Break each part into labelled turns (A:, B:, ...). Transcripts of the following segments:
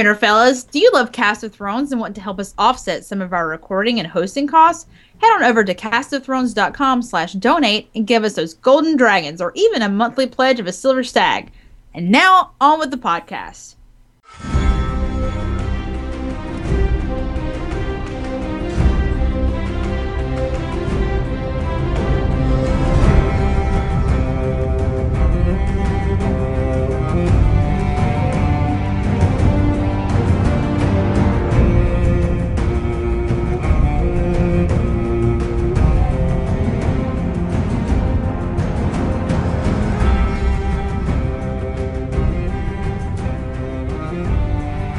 A: Winterfellas, do you love Cast of Thrones and want to help us offset some of our recording and hosting costs? Head on over to castofthrones.com slash donate and give us those golden dragons or even a monthly pledge of a silver stag. And now, on with the podcast.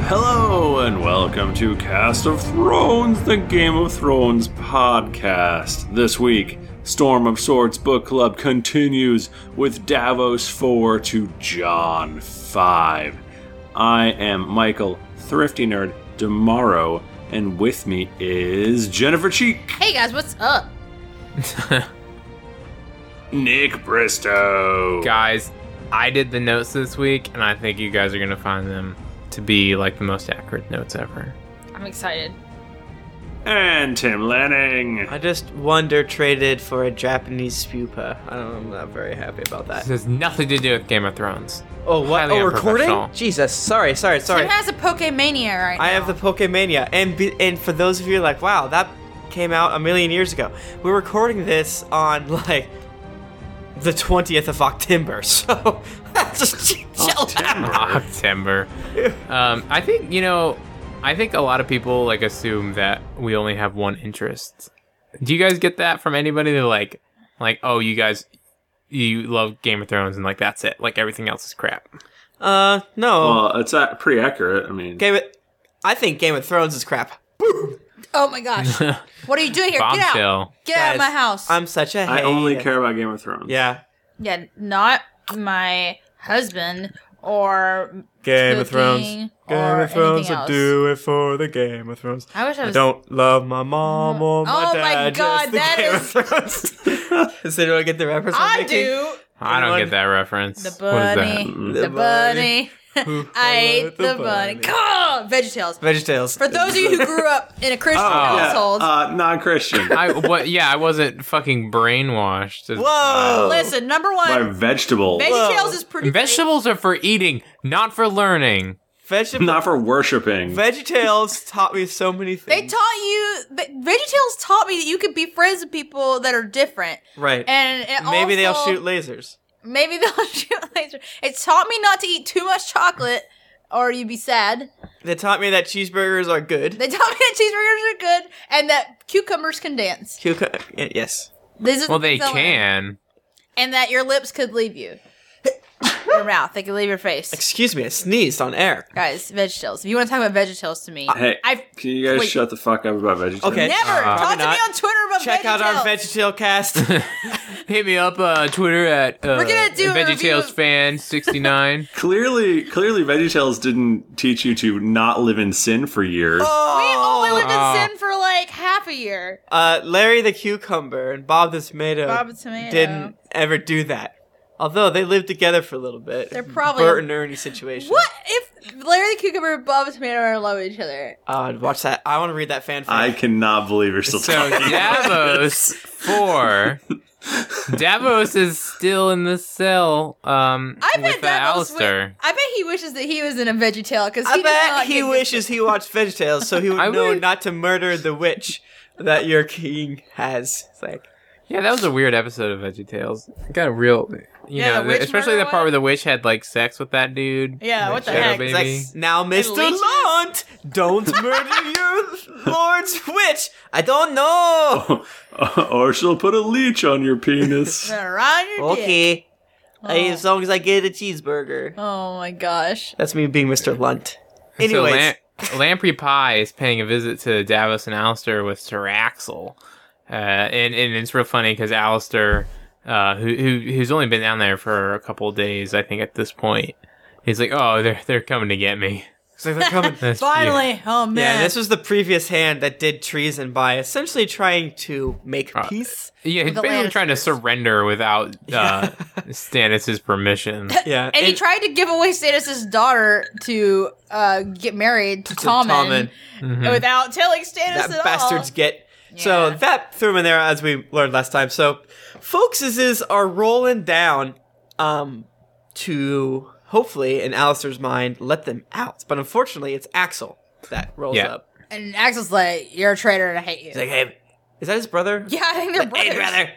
B: Hello and welcome to Cast of Thrones, the Game of Thrones podcast. This week, Storm of Swords Book Club continues with Davos 4 to John 5. I am Michael, Thrifty Nerd, Demaro, and with me is Jennifer Cheek,
A: Hey guys, what's up?
B: Nick Bristow,
C: guys, I did the notes this week, and I think you guys are gonna find them to be like the most accurate notes ever.
A: I'm excited.
B: and Tim Lanning.
D: I just wonder traded for a Japanese spupa. I don't, I'm not very happy about
C: This
D: that.
C: has nothing to do with Game of Thrones.
D: Oh what?
C: Highly
D: Oh, recording?
C: unprofessional.
D: Jesus, sorry, sorry, sorry.
E: Tim has a Pokemania right now.
D: I have the Pokemania, and be, and for those of you like, wow, that came out a million years ago. We're recording this on like the 20th of October, so just chill out.
C: October. Um, I think you know. I think a lot of people like assume that we only have one interest. Do you guys get that from anybody? They're like, like, oh, you guys, you love Game of Thrones, and like that's it. Like everything else is crap.
D: Uh, no.
B: Well, it's uh, pretty accurate. I mean,
D: Game of, I think Game of Thrones is crap.
E: Oh my gosh. what are you doing here? Get out.
C: Bombshell.
E: Get out of my
D: Guys,
E: house.
D: I'm such a
B: I only
D: hater.
B: care about Game of Thrones.
D: Yeah.
A: Yeah, not my husband or
D: Game of Thrones.
A: cooking
D: Game
A: or
D: of Thrones,
A: anything
D: I
A: else.
D: do it for the Game of Thrones.
A: I wish I was-
D: don't love my mom or my
A: Oh my
D: dad. just
A: God,
D: the
A: that
D: Game
A: is-
D: Of Thrones. Does anyone get the reference? I'm
A: I
D: making?
A: do.
C: I don't
D: Anyone?
C: get that reference.
A: The
C: What is that? Mm.
A: bunny.
D: The
A: The bunny.
D: Who
A: I
D: followed
A: ate
D: the
A: the bunny.
D: bunny?
A: God, VeggieTales.
D: VeggieTales.
E: For those of you who grew up in a
C: Oh,
E: Christian
B: Yeah,
E: household,
B: uh, non-Christian.
C: I what? Yeah, I wasn't fucking brainwashed. as- Oh.
D: Whoa!
A: listen, number
B: by
A: one,
B: vegetable,
A: VeggieTales is pretty great.
C: Vegetables are for eating, not for learning.
D: Vegetable.
B: not for worshiping.
D: VeggieTales taught me so many
E: They
D: things.
E: taught you. Ve- VeggieTales taught me that you could be friends with people that are different,
D: right.
E: and it
D: Maybe they'll
E: also-
D: shoot lasers.
E: Maybe they'll shoot laser. It taught me not to eat too much chocolate, or you'd be sad.
D: They taught me that cheeseburgers are good.
E: They taught me that cheeseburgers are good, and that cucumbers can dance.
D: Cucu- y- yes.
E: These are
C: Well,
E: the
C: they
E: things I learned.
C: can.
E: and that your lips could leave you. your mouth, they could leave your face.
D: Excuse me, I sneezed on air.
E: Guys, VeggieTales. If you want to talk about VeggieTales to
D: Uh,
E: me,
B: hey,
E: I've
B: can you guys
E: wait.
B: shut the fuck up about vegetables?
D: Okay.
E: never
D: probably
E: talk to me
D: uh, not.
E: on Twitter about
D: Check out our
E: VeggieTales.
D: VeggieTale cast.
C: Hit me up uh, Twitter at uh,
E: We're gonna do a review
C: VeggieTales
E: of-
C: fan sixty nine.
B: Clearly, clearly, VeggieTales didn't teach you to not live in sin for years.
E: We only lived
C: Oh.
E: in sin for like half a year.
D: Uh, Larry the Cucumber and Bob the Tomato,
E: Bob the Tomato.
D: Uh, didn't ever do that. Although they lived together for a little bit.
E: They're probably-
D: Bert and Ernie situation.
E: What if Larry the Cucumber and Bob the Tomato are in love with each other?
D: Oh, I'd watch that. I want to read that fanfic.
B: I cannot believe you're still
C: So
B: talking.
C: Davos four. Davos is still in the cell. Um,
E: I
C: with
E: bet
C: uh,
E: that was
C: Alistair.
E: I bet he wishes that he was in a VeggieTale because
D: I
E: he does not
D: bet he
E: get-
D: wishes he watched VeggieTales so he would
C: I
D: know
C: would-
D: not to murder the witch that your king has. It's like,
C: Yeah, that was a weird episode of VeggieTales. It got real. You
E: Yeah,
C: know,
E: the witch
C: especially the
E: murder
C: part
E: one?
C: where the witch had like sex with that dude.
E: Yeah, what the
C: Shadow
E: heck?
C: Baby.
D: it's like, now, Mr.
E: leeches?
D: Launt, don't murder your lord's witch. I don't
C: Oh.
D: know.
B: or she'll put a leech on your penis.
E: Around your dick.
D: Okay.
E: Oh.
D: As long as I get a cheeseburger.
E: Oh my gosh.
D: That's me being Mr. Lunt.
C: And
D: Anyways,
C: So Lam- Lamprey Pie is paying a visit to Davos and Alistair with Taraxel. Uh, and, and it's real funny because Alistair, uh, who, who who's only been down there for a couple of days, I think at this point, he's like, "Oh, they're they're coming to get me."
D: It's like they're coming.
C: That's- yeah.
E: Finally, oh man.
D: yeah, this was the previous hand that did treason by essentially trying to make
C: Uh,
D: peace.
C: Yeah, he's
E: the
C: basically trying to
E: Lannisters.
C: surrender without uh,
D: Yeah.
C: Stannis' permission.
D: Yeah,
E: and, he tried to give away Stannis' daughter to uh, get married to, Tommen,
D: Tommen. Hmm.
C: Mhm.
E: without telling Stannis
D: that
E: at
D: bastards
E: all.
D: get. So
E: Yeah.
D: that threw him in there, as we learned last time. So focuses are rolling down um, to hopefully, in Alistair's mind, let them out. But unfortunately, it's Axel that rolls
C: Yeah.
D: up.
E: And Axel's like, "You're a traitor, and I hate you."
D: He's like, "Hey, is that his brother?
E: "Yeah, I think they're brothers.
D: hey, brother,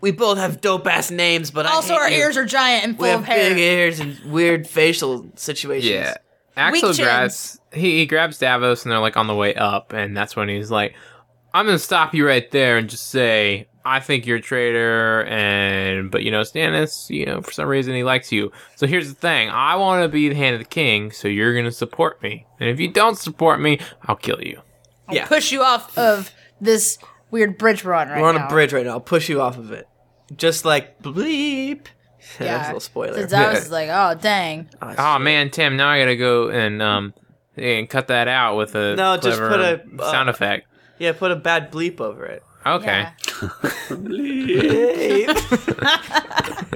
D: we both have dope ass names, but
E: Also,
D: I hate
E: our
D: you.
E: ears are giant and full
D: we have
E: of hair."
D: big ears and weird facial situations.
C: Yeah. Axel
E: chins.
C: grabs he, he grabs Davos and they're like on the way up and that's when he's like, I'm gonna stop you right there and just say, I think you're a traitor and but you know, Stannis, you know, for some reason he likes you. So here's the thing, I wanna be the hand of the king, so you're gonna support me. And if you don't support me, I'll kill you.
E: I'll
D: Yeah.
E: push you off of this weird bridge we're on right
D: we're on
E: now.
D: a bridge right now. I'll push you off of it, just like bleep.
E: Yeah.
D: That's a little spoiler.
E: So Davos is like, "Oh dang."
D: Oh, shit.
C: Oh man, Tim, now I gotta go and um and cut that out with a
D: No, just
C: clever
D: put a, uh,
C: sound effect.
D: Yeah, put a bad bleep over it.
C: Okay.
E: Yeah.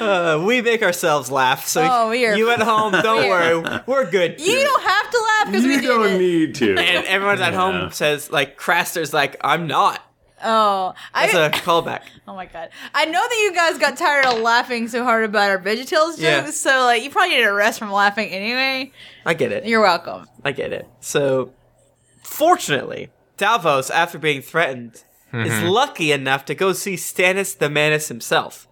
D: Uh, we make ourselves laugh. So
E: Oh, we are-
D: you at home, don't
E: we are-
D: worry, we're good.
E: You don't have to laugh because we
B: You
E: did
B: don't
E: it.
B: need to.
D: and everyone at
B: Yeah.
D: home says like Craster's like I'm not.
E: oh, I,
D: That's a callback.
E: oh my god! I know that you guys got tired of laughing so hard about our VeggieTales jokes,
D: Yeah.
E: so like you probably need a rest from laughing anyway.
D: I get it.
E: You're welcome.
D: I get it. So fortunately, Davos, after being threatened, is
C: Mm-hmm.
D: lucky enough to go see Stannis the Manus himself,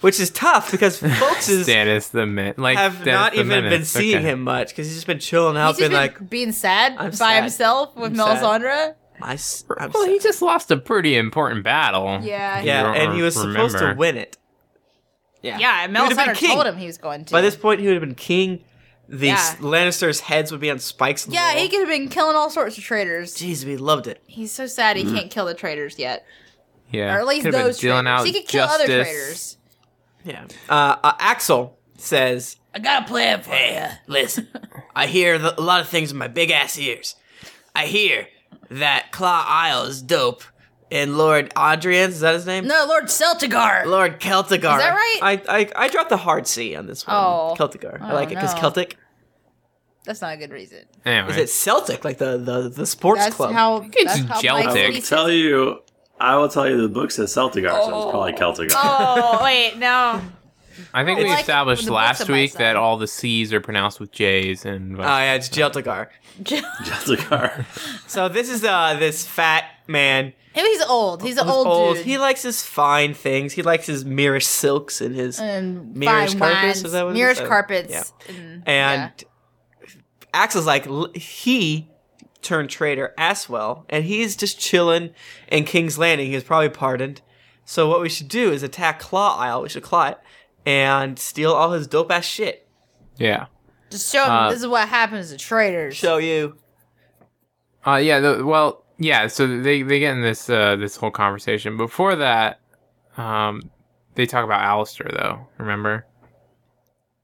D: which is tough because folks is-
C: Stannis the man, like
D: have
C: Stannis
D: not
C: the
D: even been
C: Menace.
D: seeing
C: Okay.
D: him much because he's just been chilling out,
E: He's
D: been
E: just
D: like,
E: been being sad
D: I'm
E: by
D: sad.
E: himself with
D: I'm sad.
E: Melisandre.
D: I, s- I'm
C: Well, he
D: sad.
C: just lost a pretty important battle.
E: Yeah.
C: You
D: yeah,
C: don't
D: and he was supposed to
C: remember.
D: win it. Yeah,
E: Yeah, and
D: He would've been
E: Melisandre
D: king.
E: told him he was going to.
D: By this point, he would have been king. The
E: Yeah.
D: s Lannisters' heads would be on spikes. in the
E: yeah,
D: wall.
E: he could have been killing all sorts of traitors.
D: Jeez, we loved it.
E: He's so sad he
D: Mm-hmm.
E: can't kill the traitors yet,
C: Yeah,
E: or at least
C: Could've been
E: those
C: dealing
E: traitors.
C: out
E: he could kill other
C: justice.
E: traitors.
D: Yeah. Uh, uh, Axel says,
E: I got a plan for you.
D: "Listen, I hear th- a lot of things with my big ass ears. I hear that Claw Isle is dope, and Lord Adrian is that his name?
E: No, Lord Celtigar.
D: Lord Celtigar.
E: Is that right?
D: I, I I dropped the hard C on this one.
E: Oh.
D: Celtigar. I
E: Oh,
D: like it because
E: no.
D: Celtic
E: That's not a good reason.
C: Anyway,
D: is it Celtic like the the, the sports
E: That's
D: club.
E: how.
C: it's
E: That's how
C: Celtic.
E: Mike
C: I
B: I
C: He
B: will
E: Lee's-
B: tell you. I will tell you. The book says Celtigar, so it's probably Celtigar.
E: Oh wait, no.
C: I think we
E: like
C: established
E: the books
C: last
E: of my
C: week
E: son.
C: that all the C's are pronounced with J's and.
D: Oh yeah, it's Celtigar.
B: Celtigar.
D: So this is uh this fat man.
E: He's old. He's an
D: He's
E: old, dude.
D: He likes his fine things. He likes his mirror silks and his
E: and
D: Mirage
E: fine
D: carpets,
E: wines,
D: is that what it
E: Mirage
D: said?
E: carpets.
D: Yeah.
E: And,
D: and Axel's like l- he turned traitor as well, and he's just chilling in King's Landing. He was probably pardoned. So what we should do is attack Claw Isle. We should claw it and steal all his dope ass shit.
C: yeah.
E: yeah. just show him
C: Uh,
E: this is what happens to traitors.
D: Show you.
C: Uh, yeah. The, well, yeah. So they they get in this uh, this whole conversation. Before that, um, they talk about Alistair though. Remember,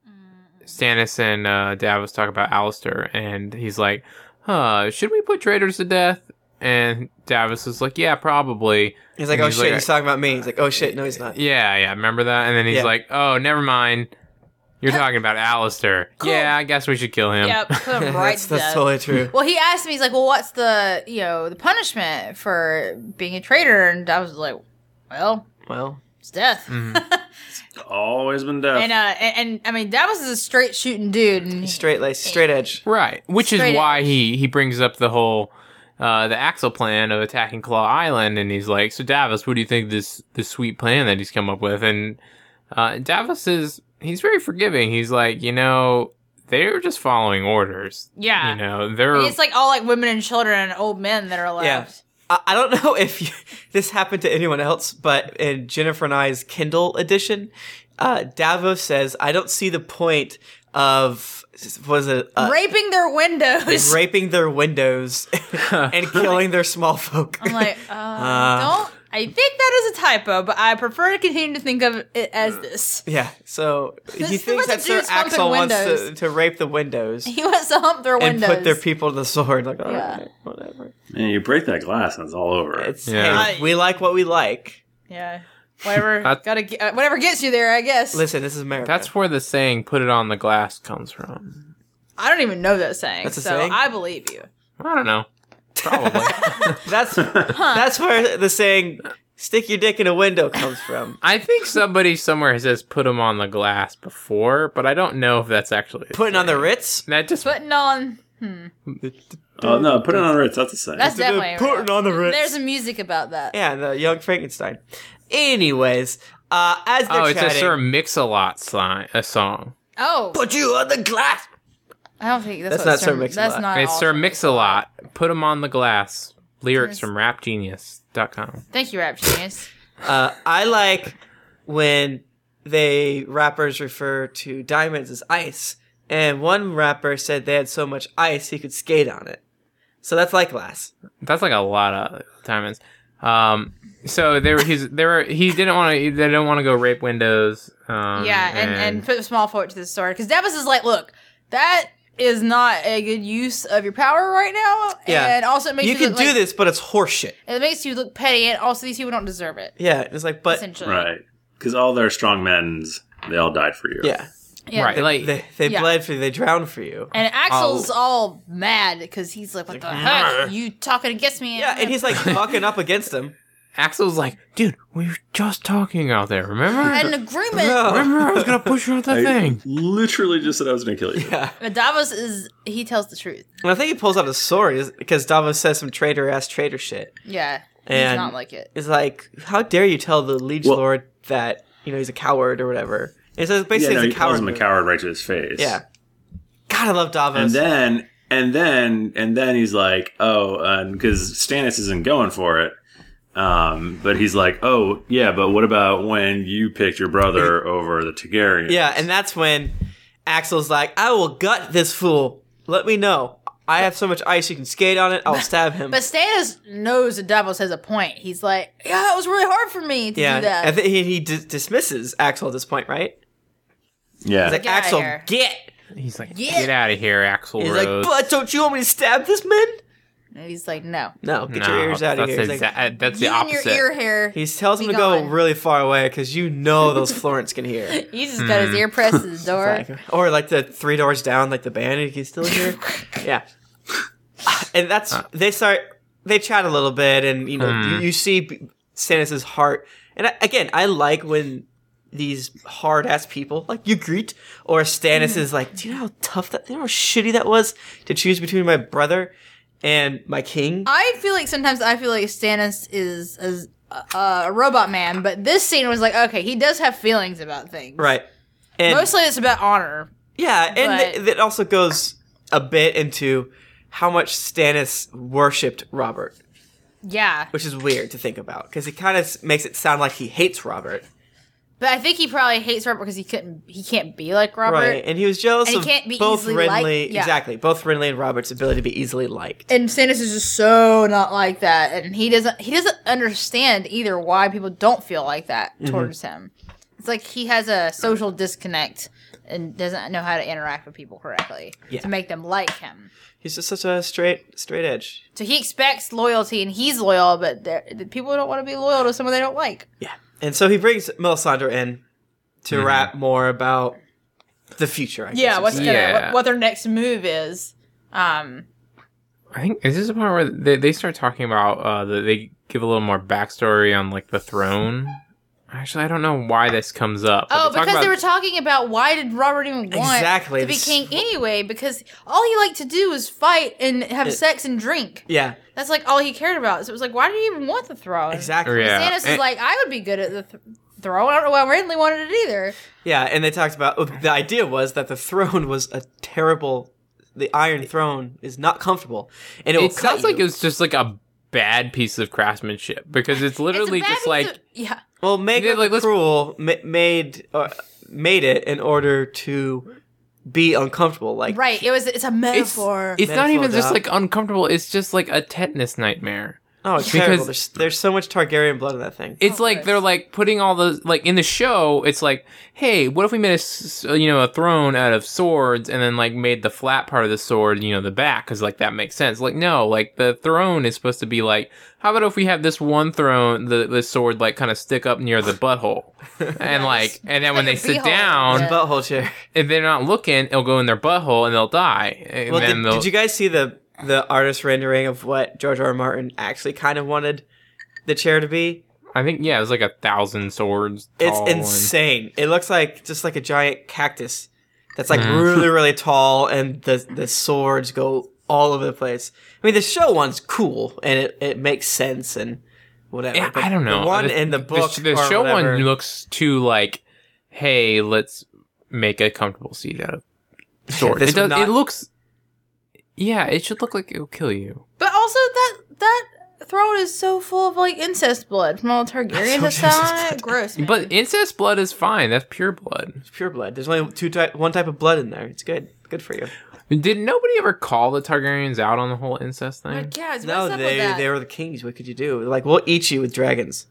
E: Mm-hmm.
C: Stannis and uh, Davos talk about Alistair, and he's like, "Huh? Should we put traitors to death?" And Davos is like, "Yeah, probably."
D: He's like,
C: And
D: oh
C: he's
D: shit,
C: like, uh,
D: he's talking about me. He's like, oh shit, no, he's not.
C: Yeah, yeah, remember that? And then he's
D: Yeah.
C: like, "Oh, never mind. You're talking about Alistair.
E: Cool.
C: Yeah, I guess we should kill him."
E: Yep, put him right
D: that's
E: to
D: that's
E: death.
D: totally true.
E: Well, he asked me. He's like, "Well, what's the you know the punishment for being a traitor?" And I was like, "Well,
D: Well,
E: it's death."
D: Mm-hmm.
B: Always been deaf.
E: And uh, and, and I mean, Davos is a straight shooting dude, and he-
D: straight lace, straight edge.
C: Right, which
E: Straight
C: is why he he brings up the whole uh, the Axel plan of attacking Claw Island, and he's like, "So Davos, what do you think of this this sweet plan that he's come up with?" And uh, Davos is he's very forgiving. He's like, you know, they're just following orders.
E: Yeah.
C: you know, they're
E: and it's like all like women and children and old men that are
D: Yeah.
E: left.
D: I, I don't know if you, this happened to anyone else, but in Jennifer and I's Kindle edition, uh, Davos says, I don't see the point of, was it, uh,
E: Raping their windows.
D: raping their windows and killing their small folk.
E: I'm like, uh, I think that is a typo, but I prefer to continue to think of it as this.
D: Yeah, so he
E: Let's-
D: thinks that
E: let's
D: Sir
E: do something
D: Axel wants to,
E: windows.
D: to rape the windows
E: He wants to hump their
D: and
E: windows.
D: put their people to the sword. Like, all
E: Yeah.
D: right, whatever.
B: Man, you break that glass and it's all over.
D: It's
C: Yeah.
D: hey, we like what we like.
E: yeah, whatever.
C: That's-
E: gotta get, uh, whatever gets you there, I guess.
D: Listen, this is America.
C: That's where the saying "put it on the glass" comes from.
E: I don't even know that saying,
D: That's a
E: so
D: saying?
E: I believe you.
C: I don't know. Probably.
D: that's that's where the saying "stick your dick in a window" comes from.
C: I think somebody somewhere says "put them on the glass" before, but I don't know if that's actually a
D: Putting on the
C: saying.
D: Ritz.
C: That just
E: Putting on. Hmm.
B: oh no, put it on Ritz. That's the same.
E: That's definitely.
D: Putting on the Ritz.
E: There's some music about that.
D: Yeah, the Young Frankenstein. Anyways, uh, as they're
C: oh, it's a
D: chatting,
C: Sir Mix-a-Lot sign, a song.
E: Oh,
D: put you on the glass.
E: I don't think that's,
D: That's
E: what
D: not
E: Sir-
D: Sir Mix-a-Lot.
E: That's not.
C: It's
E: all
C: Sir Mix-a-Lot. Put them on the glass. Lyrics
E: Yes.
C: from RapGenius.com.
E: Thank you, rap genius.
D: Uh, I like when they rappers refer to diamonds as ice, and one rapper said they had so much ice he could skate on it. So that's like glass.
C: That's like a lot of diamonds. Um, so they were he's they were he didn't want to they didn't want to go rape windows. Um,
E: yeah, and, and, put a small fork to the sword because Davos is like, look, that is not a good use of your power right now.
D: Yeah.
E: and also it makes
D: You
E: you,
D: can
E: look,
D: do
E: like-
D: this, but it's horseshit.
E: It makes you look petty, and also these people don't deserve it.
D: Yeah, it's like, but
E: essentially,
B: right. Because all their strong men's, they all died for you.
D: yeah,
E: Yeah.
C: right, like
D: they they
E: Yeah.
D: bled for you, they drowned for you.
E: And Axel's all mad because he's like, "What the heck? You talking against me?"
D: Yeah, and he's like bucking up against them.
C: Axel's like, dude, we were just talking out there. Remember?
E: an agreement.
D: No.
C: Remember, I was gonna push you out the
B: I
C: thing.
B: literally just said I was gonna kill you.
D: Yeah,
E: But Davos is he tells the truth.
D: and I think he pulls out his sword because Davos says some traitor ass traitor shit.
E: Yeah, he's
D: And-
E: not like it.
D: is like, how dare you tell the liege
B: Well-
D: lord that you know he's a coward or whatever? It says
B: Yeah,
D: basically
B: no, he
D: he's a coward.
B: calls him a
D: move.
B: coward right to his face.
D: Yeah. God, I love Davos.
B: And then and then and then he's like, oh, because Stannis isn't going for it. Um, but he's like, oh yeah, but what about when you picked your brother over the Targaryen?
D: yeah, and that's when Axel's like, I will gut this fool. Let me know. I have so much ice you can skate on it. I'll stab him.
E: But Stannis knows that Davos has a point. He's like, "Yeah, it was really hard for me to
D: yeah,
E: do that."
D: I think he, he dis- dismisses Axel at this point, right?
B: yeah.
D: He's like,
E: Get outta
D: Axel,
E: here."
D: get.
C: He's like,
E: Yeah.
C: get out of here, Axel
D: He's
C: Rose.
D: like, but don't you want me to stab this man?
E: and he's like, "No,
D: No, get
C: No,
D: your ears out of
C: that's
D: here. He's
C: the
D: like-
C: exact- that's the
E: you and
C: opposite.
E: your ear hair."
D: he tells him
E: Be
D: to go
E: gone.
D: really far away because you know those Florents can hear.
E: He just got his ear pressed to the door.
D: Mm. Like- or like the three doors down, like the band, you can still hear. yeah, and that's
C: Uh.
D: they start they chat a little bit, and you know you,
C: Hmm.
D: you see B- Stannis's heart. And I, again, I like when these hard ass people like you greet or Stannis
E: Hmm.
D: is like, do you know how tough that? Do you know how shitty that was to choose between my brother and my king?
E: I feel like sometimes I feel like Stannis is, is a, a robot man, but this scene was like, okay, he does have feelings about things.
D: right. And
E: Mostly it's about honor.
D: Yeah, and
E: But-
D: th- that also goes a bit into how much Stannis worshipped Robert,
E: Yeah.
D: which is weird to think about because he kind of makes it sound like he hates Robert,
E: But I think he probably hates Robert because he couldn't he can't be like Robert.
D: right? And he was jealous
E: And he
D: of
E: can't be
D: both
E: easily liked-
D: Renly,
E: yeah.
D: exactly, both Renly and Robert's ability to be easily liked.
E: And Stannis is just so not like that and he doesn't he doesn't understand either why people don't feel like that
D: Mm-hmm.
E: towards him. It's like he has a social disconnect and doesn't know how to interact with people correctly
D: Yeah.
E: to make them like him.
D: He's just such a straight, straight edge.
E: So he expects loyalty, and he's loyal, but they're- the people don't want to be loyal to someone they don't like.
D: Yeah, and so he brings Melisandre in to rap more about the future. I guess
E: Yeah,
D: you
E: what's
D: could
E: gonna,
D: say.
C: Yeah.
E: What, what their next move is. Um,
C: I think is this the part where they, they start talking about uh the, they give a little more backstory on like the throne. Actually, I don't know why this comes up. but
E: oh,
C: talk
E: because they were
C: about-
E: talking about why did Robert even want
D: Exactly,
E: to be
D: this-
E: king anyway? Because all he liked to do was fight and have sex and drink.
D: yeah,
E: That's like all he cared about. So it was like, why do you even want the throne?
D: exactly.
C: Yeah.
E: Stannis is
C: And-
E: like, I would be good at the th- throne. I don't know why Renly wanted it either.
D: Yeah, and they talked about oh, the idea was that the throne was a terrible. The Iron Throne is not comfortable, and it, will
C: It sounds
D: cut
C: like
D: you.
C: it's just like a bad piece of craftsmanship because it's
E: It's a
C: literally
E: bad
C: just
E: piece
C: like
E: of- yeah.
D: well, make
C: Yeah,
D: it
C: like, let's-
D: cruel ma- made uh, made it in order to be uncomfortable. Like
E: Right. It was. It's a
C: it's
E: metaphor.
C: it's not even
D: Metaphor,
C: just
D: dog.
C: like uncomfortable. It's just like a tetanus nightmare.
D: Oh, it's terrible.
C: Because-
D: There's, there's so much Targaryen blood in that thing.
C: It's
E: Oh,
C: like they're like putting all the like in the show. It's like, hey, what if we made a s- you know a throne out of swords and then like made the flat part of the sword you know the back because like that makes sense. Like no, like the throne is supposed to be like, how about if we have this one throne the the sword like kind of stick up near the butthole, and like and then when
E: Like
C: they
E: a
C: sit
E: beehole.
C: down,
E: Yeah.
D: Butthole chair.
C: if they're not looking, it'll go in their butthole and they'll die. And
D: Well,
C: then
D: did,
C: they'll,
D: did you guys see the the artist rendering of what George R. R. Martin actually kind of wanted the chair to be?
C: I think yeah, it was like a thousand swords.
D: It's
C: tall and-
D: insane. It looks like just like a giant cactus that's like
C: Mhm.
D: really really tall, and the the swords go all over the place. I mean, the show one's cool and it, it makes sense and whatever.
C: Yeah,
D: but
C: I don't know.
D: The one in the book,
C: sh- the
D: or
C: show
D: whatever-
C: one looks too like, hey, let's make a comfortable seat out of sword.
D: This
C: it does.
D: would not-
C: It looks. Yeah, it should look like it'll kill you.
E: But also that that throne is so full of like incest blood from all the Targaryens
D: That's
E: that's
D: what
E: down
D: she
E: on
D: said.
E: it. Gross. man.
C: But incest blood is fine. That's pure blood.
D: It's pure blood. There's only two type, one type of blood in there. It's good. Good for you.
C: Did nobody ever call the Targaryens out on the whole incest thing?
E: like, yeah, it's
D: No,
E: what's up
D: they
E: with that?
D: they were the kings. What could you do? They're Like, we'll eat you with dragons.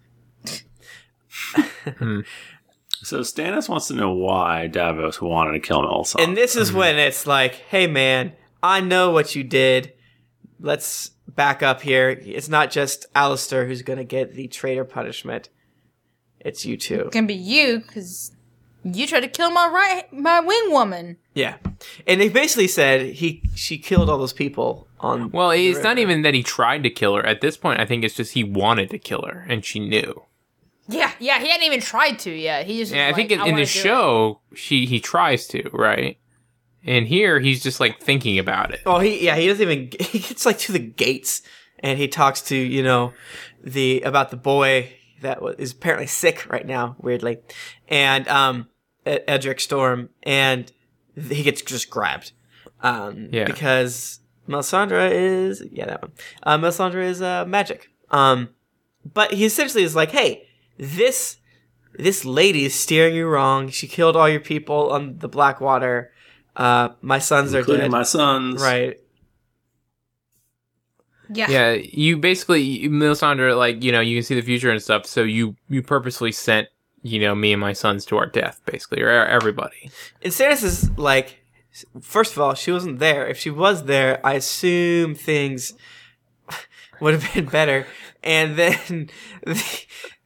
B: So Stannis wants to know why Davos wanted to kill Melisandre.
D: And this is when it's like, hey man, I know what you did. Let's back up here. It's not just Alistair who's gonna get the traitor punishment. It's you too.
E: It's gonna be you because you tried to kill my right my wing woman.
D: Yeah. And they basically said he she killed all those people on
C: well, it's not
D: river.
C: even that he tried to kill her. At this point, I think it's just he wanted to kill her, and she knew.
E: Yeah, yeah, he hadn't even tried to yet. He just was
C: Yeah, I
E: like,
C: think in, in
E: wanna
C: the
E: do it."
C: show, she he tries to right, and here he's just like thinking about it.
D: Oh, he yeah, he doesn't even he gets like to the gates and he talks to you know the about the boy that wa- is apparently sick right now, weirdly, and um E- Edric Storm, and th- he gets just grabbed, um
C: Yeah.
D: because Melisandre is yeah that one, uh, Melisandre is uh, magic, um but he essentially is like, hey, this this lady is steering you wrong. She killed all your people on the Blackwater. Uh, my sons are
B: including
D: dead.
B: my sons.
D: Right.
E: Yeah.
C: yeah you basically you- melisandre like you know you can see the future and stuff so you you purposely sent you know me and my sons to our death basically or e- everybody
D: And Stannis is like, first of all, she wasn't there. If she was there, I assume things would have been better. And then,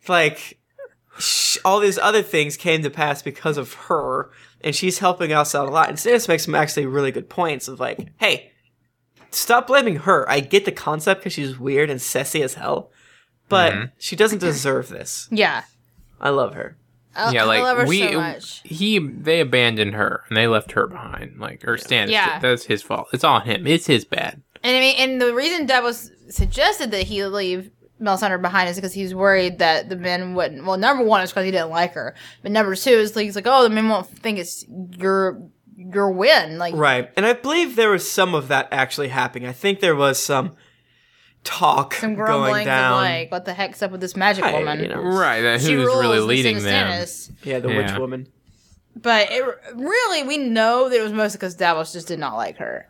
D: like, sh- all these other things came to pass because of her, and she's helping us out a lot. And Stannis makes some actually really good points of like, hey, stop blaming her. I get the concept because she's weird and sassy as hell, but
E: Mm-hmm.
C: Mhm.
D: she doesn't deserve this.
E: yeah.
D: I love her.
E: I,
C: yeah
E: I
C: like
E: love her
C: we
E: so much.
C: he they abandoned her and they left her behind like or Stannis.
E: Yeah.
C: yeah. that's his fault it's all him it's his bad
E: And I mean, and the reason Davos suggested that he leave Melisandre behind is because he's worried that the men wouldn't. Well, number one is because he didn't like her, but number two is like he's like, oh, the men won't think it's your your win. Like,
D: Right. And I believe there was some of that actually happening. I think there was some talk
E: some
D: going
E: grumblings and
D: down.
E: like, what the heck's up with this magic
D: Right,
E: woman?
D: you know.
C: right that who's really
E: rules instead
C: leading
E: of
C: them
E: Stannis.
D: yeah, the
C: Yeah.
D: witch woman.
E: But it, really, we know that it was mostly because Davos just did not like her.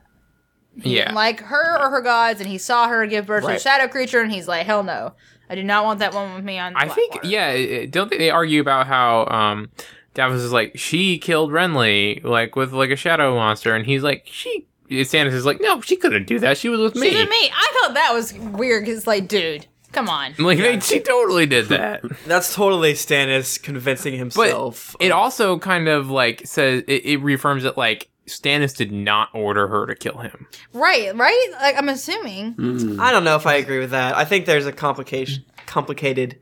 E: He
C: yeah
E: didn't like her or her gods, and he saw her give birth to a
D: Right.
E: shadow creature, and he's like, hell no. I do not want that woman with me on the
C: I think
E: Blackwater."
C: yeah. it- it- Don't they, they argue about how um, Davos is like she killed Renly like with like a shadow monster, and he's like she. Stannis is like no, she couldn't do that. She was with me.
E: She did me. I thought that was weird because, like, dude, come on.
C: Like they, she totally did that.
D: That's totally Stannis convincing himself.
C: It
D: of-
C: also kind of like says it, it reaffirms that like Stannis did not order her to kill him.
E: Right, right? Like, I'm assuming.
B: Mm.
D: I don't know if I agree with that. I think there's a complication complicated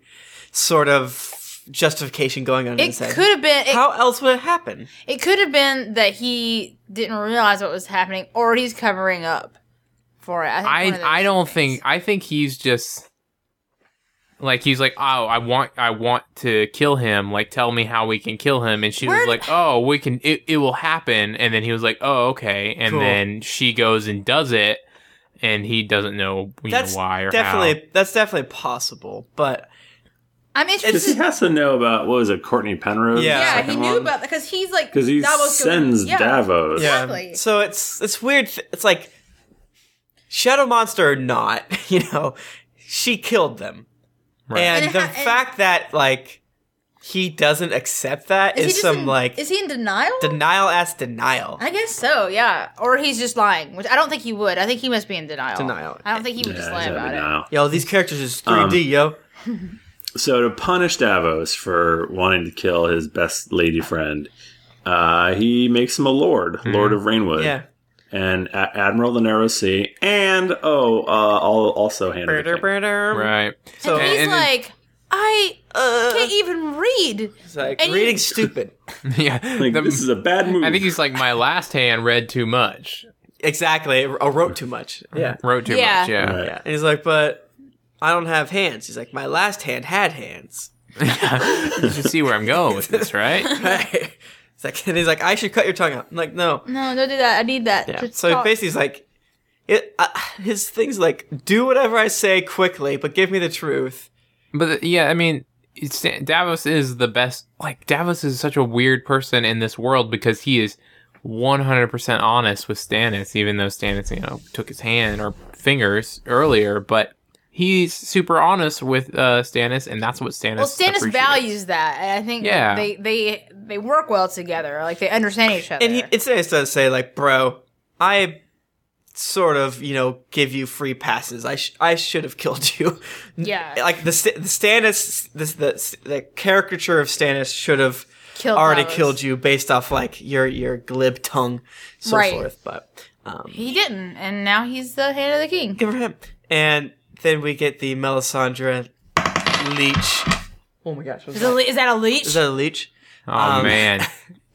D: sort of justification going on in
E: It
D: his head.
E: could have been. It,
D: How else would it happen?
E: it could have been that he didn't realize what was happening, or he's covering up for it. I, think one of
C: I
E: those
C: I don't
E: things.
C: think I think he's just like he's like oh I want I want to kill him like tell me how we can kill him and she
E: Where
C: was
E: d-
C: like oh we can it, it will happen and then he was like oh okay and
D: Cool.
C: then she goes and does it and he doesn't know, you know,
D: That's
C: why or
D: definitely
C: how.
D: that's definitely possible, but
E: I'm
B: Because he
E: interested.
B: has to know about what was it, Courtney Penrose?
D: Yeah.
E: Yeah, he knew about because he's like
B: because he
E: Davos goes-
B: sends
E: yeah.
B: Davos.
D: Yeah.
E: Exactly.
D: So it's it's weird. Th- it's like Shadow Monster or not, you know, she killed them.
C: Right.
D: And,
E: And it
D: the
E: ha- and-
D: fact that like he doesn't accept that
E: Is he
D: is,
E: just
D: some
E: in-
D: like
E: Is he in denial?
D: denial as denial.
E: I guess so, yeah. Or he's just lying, which I don't think he would. I think he must be in denial.
D: Denial.
E: I don't think he would just lie about it.
D: yo, these characters is 3D, yo.
B: So to punish Davos for wanting to kill his best lady friend, uh, he makes him a lord, Lord of Rainwood,
D: Hmm. Yeah.
B: and a- Admiral of the Narrow Sea, and oh, uh, al- also Hannah. the King.
C: Right.
D: So
E: And he's
C: And- and-
E: like, I
D: uh,
E: can't even read.
D: it's like
E: and you-
D: reading stupid.
C: yeah.
B: Like,
C: the-
B: this is a bad move.
C: I think he's like my last hand read too much.
D: Exactly. I wrote too much. Yeah.
C: Wrote too
E: Yeah.
C: much. Yeah.
B: Right.
D: Yeah. And he's like, but I don't have hands. He's like, my last hand had hands.
C: you should see where I'm going with this, right?
D: Right. It's like, and he's like, I should cut your tongue out. I'm like, no.
E: No, don't do that. I need that.
D: Yeah.
E: to
D: So
E: talk."
D: basically, he's like, it, uh, his thing's like, do whatever I say quickly, but give me the truth.
C: But yeah, I mean, it's, Davos is the best. Like Davos is such a weird person in this world because he is 100% honest with Stannis, even though Stannis, you know, took his hand or fingers earlier. But he's super honest with uh, Stannis, and that's what Stannis.
E: Well, Stannis
C: appreciates.
E: values that, and I think
C: Yeah.
E: they they they work well together. Like they understand each other.
D: And he, it's nice to say, like, bro, I sort of, you know, give you free passes. I, sh- I should have killed you.
E: Yeah.
D: Like, the, St- the Stannis, this, the, the caricature of Stannis should have
E: Killed
D: already
E: Davos.
D: killed you based off, like, your, your glib tongue, so
E: Right.
D: forth. But, um,
E: he didn't, and now he's the hand of the king.
D: Good for him. And then we get the Melisandre leech. Oh my gosh, was
E: Is, a le- is that a leech?
D: is that a leech?
C: Oh
D: Um,
C: man,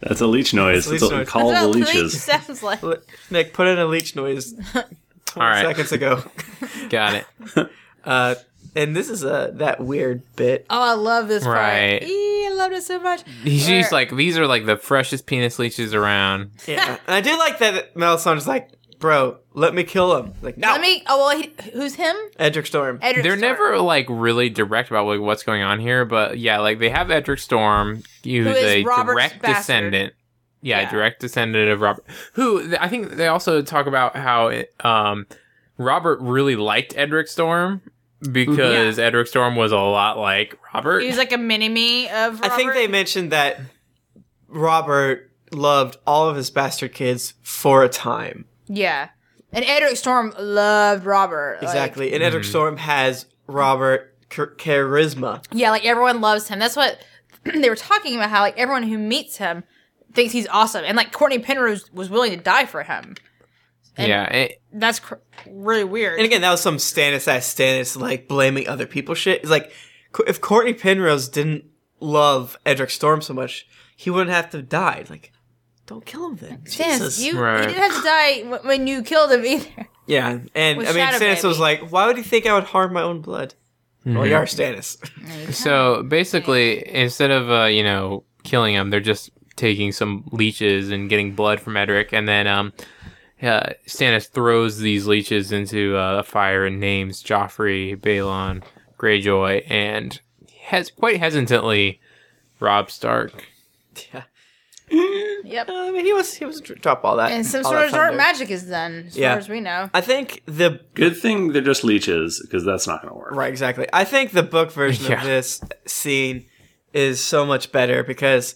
B: That's a leech noise.
D: That's a
B: It's what
D: leech
B: we
D: noise.
B: call
E: That's
B: the
E: what a leech
B: leeches.
E: sounds like. oh,
D: Le- Nick, put in a leech noise. Twenty
C: right.
D: seconds ago.
C: got it.
D: Uh, and this is a that weird bit.
E: Oh, I love this part.
C: Right.
E: Eee, I loved it so much.
C: He's
E: Where-
C: just like these are like the freshest penis leeches around.
D: Yeah, and I do like that Melisandre's like, bro, let me kill him. Like, no,
E: Let me. Oh well, he, who's him?
D: Edric Storm.
E: Edric
C: They're
E: Stark.
C: never like really direct about like what's going on here, but yeah, like they have Edric Storm, who's
E: Who is
C: a
E: Robert's
C: direct
E: bastard.
C: descendant. Yeah,
E: Yeah.
C: direct descendant of Robert. Who th- I think they also talk about how it, um, Robert really liked Edric Storm because Edric Storm was a lot like Robert.
E: He was like a mini me of. Robert.
D: I think they mentioned that Robert loved all of his bastard kids for a time.
E: Yeah. And Edric Storm loved Robert. like-
D: Exactly. and Edric Storm has Robert char- charisma.
E: yeah, like everyone loves him. That's what they were talking about. How like everyone who meets him thinks he's awesome, and like Courtney Penrose was willing to die for him. And
C: yeah, it-
E: that's cr- really weird.
D: And again, that was some Stannis ass Stannis like blaming other people shit. It's like Co- if Courtney Penrose didn't love Edric Storm so much, he wouldn't have to have died. Like, don't kill him then.
E: Stannis,
D: Jesus.
E: you,
C: Right.
E: you didn't have to die w- when you killed him either.
D: yeah, and
E: With
D: I mean,
E: Shadow
D: Stannis was
E: Baby.
D: like, "Why would he think I would harm my own blood?"
C: Mm-hmm.
D: Well, you are Stannis.
C: so basically, instead of uh, you know killing him, they're just taking some leeches and getting blood from Edric, and then um, uh, Stannis throws these leeches into uh, the fire and names Joffrey, Balon, Greyjoy, and has quite hesitantly Rob Stark.
D: yeah, Uh,
E: Yep.
D: I mean, he was he was drop all that
E: And some
D: all
E: sort
D: that
E: of dark
D: thunder.
E: magic is done, as
D: Yeah.
E: far as we know.
D: I think the
B: Good thing they're just leeches because that's not going to work.
D: Right, exactly. I think the book version
C: Yeah.
D: of this scene is so much better because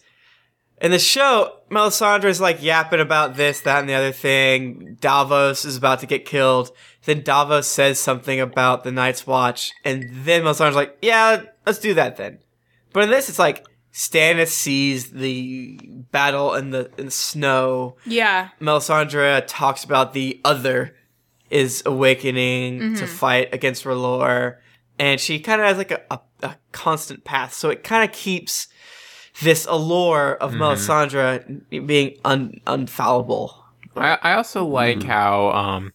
D: in the show, Melisandre's like yapping about this, that, and the other thing. Davos is about to get killed. Then Davos says something about the Night's Watch, and then Melisandre's like, "Yeah, let's do that then." But in this, it's like Stannis sees the battle in the in the snow.
E: Yeah.
D: Melisandre talks about the other is awakening
E: Mm-hmm.
D: to fight against R'hllor, and she kind of has like a, a, a constant path. So it kind of keeps this allure of Melisandre being un, unfallible.
C: I, I also like how um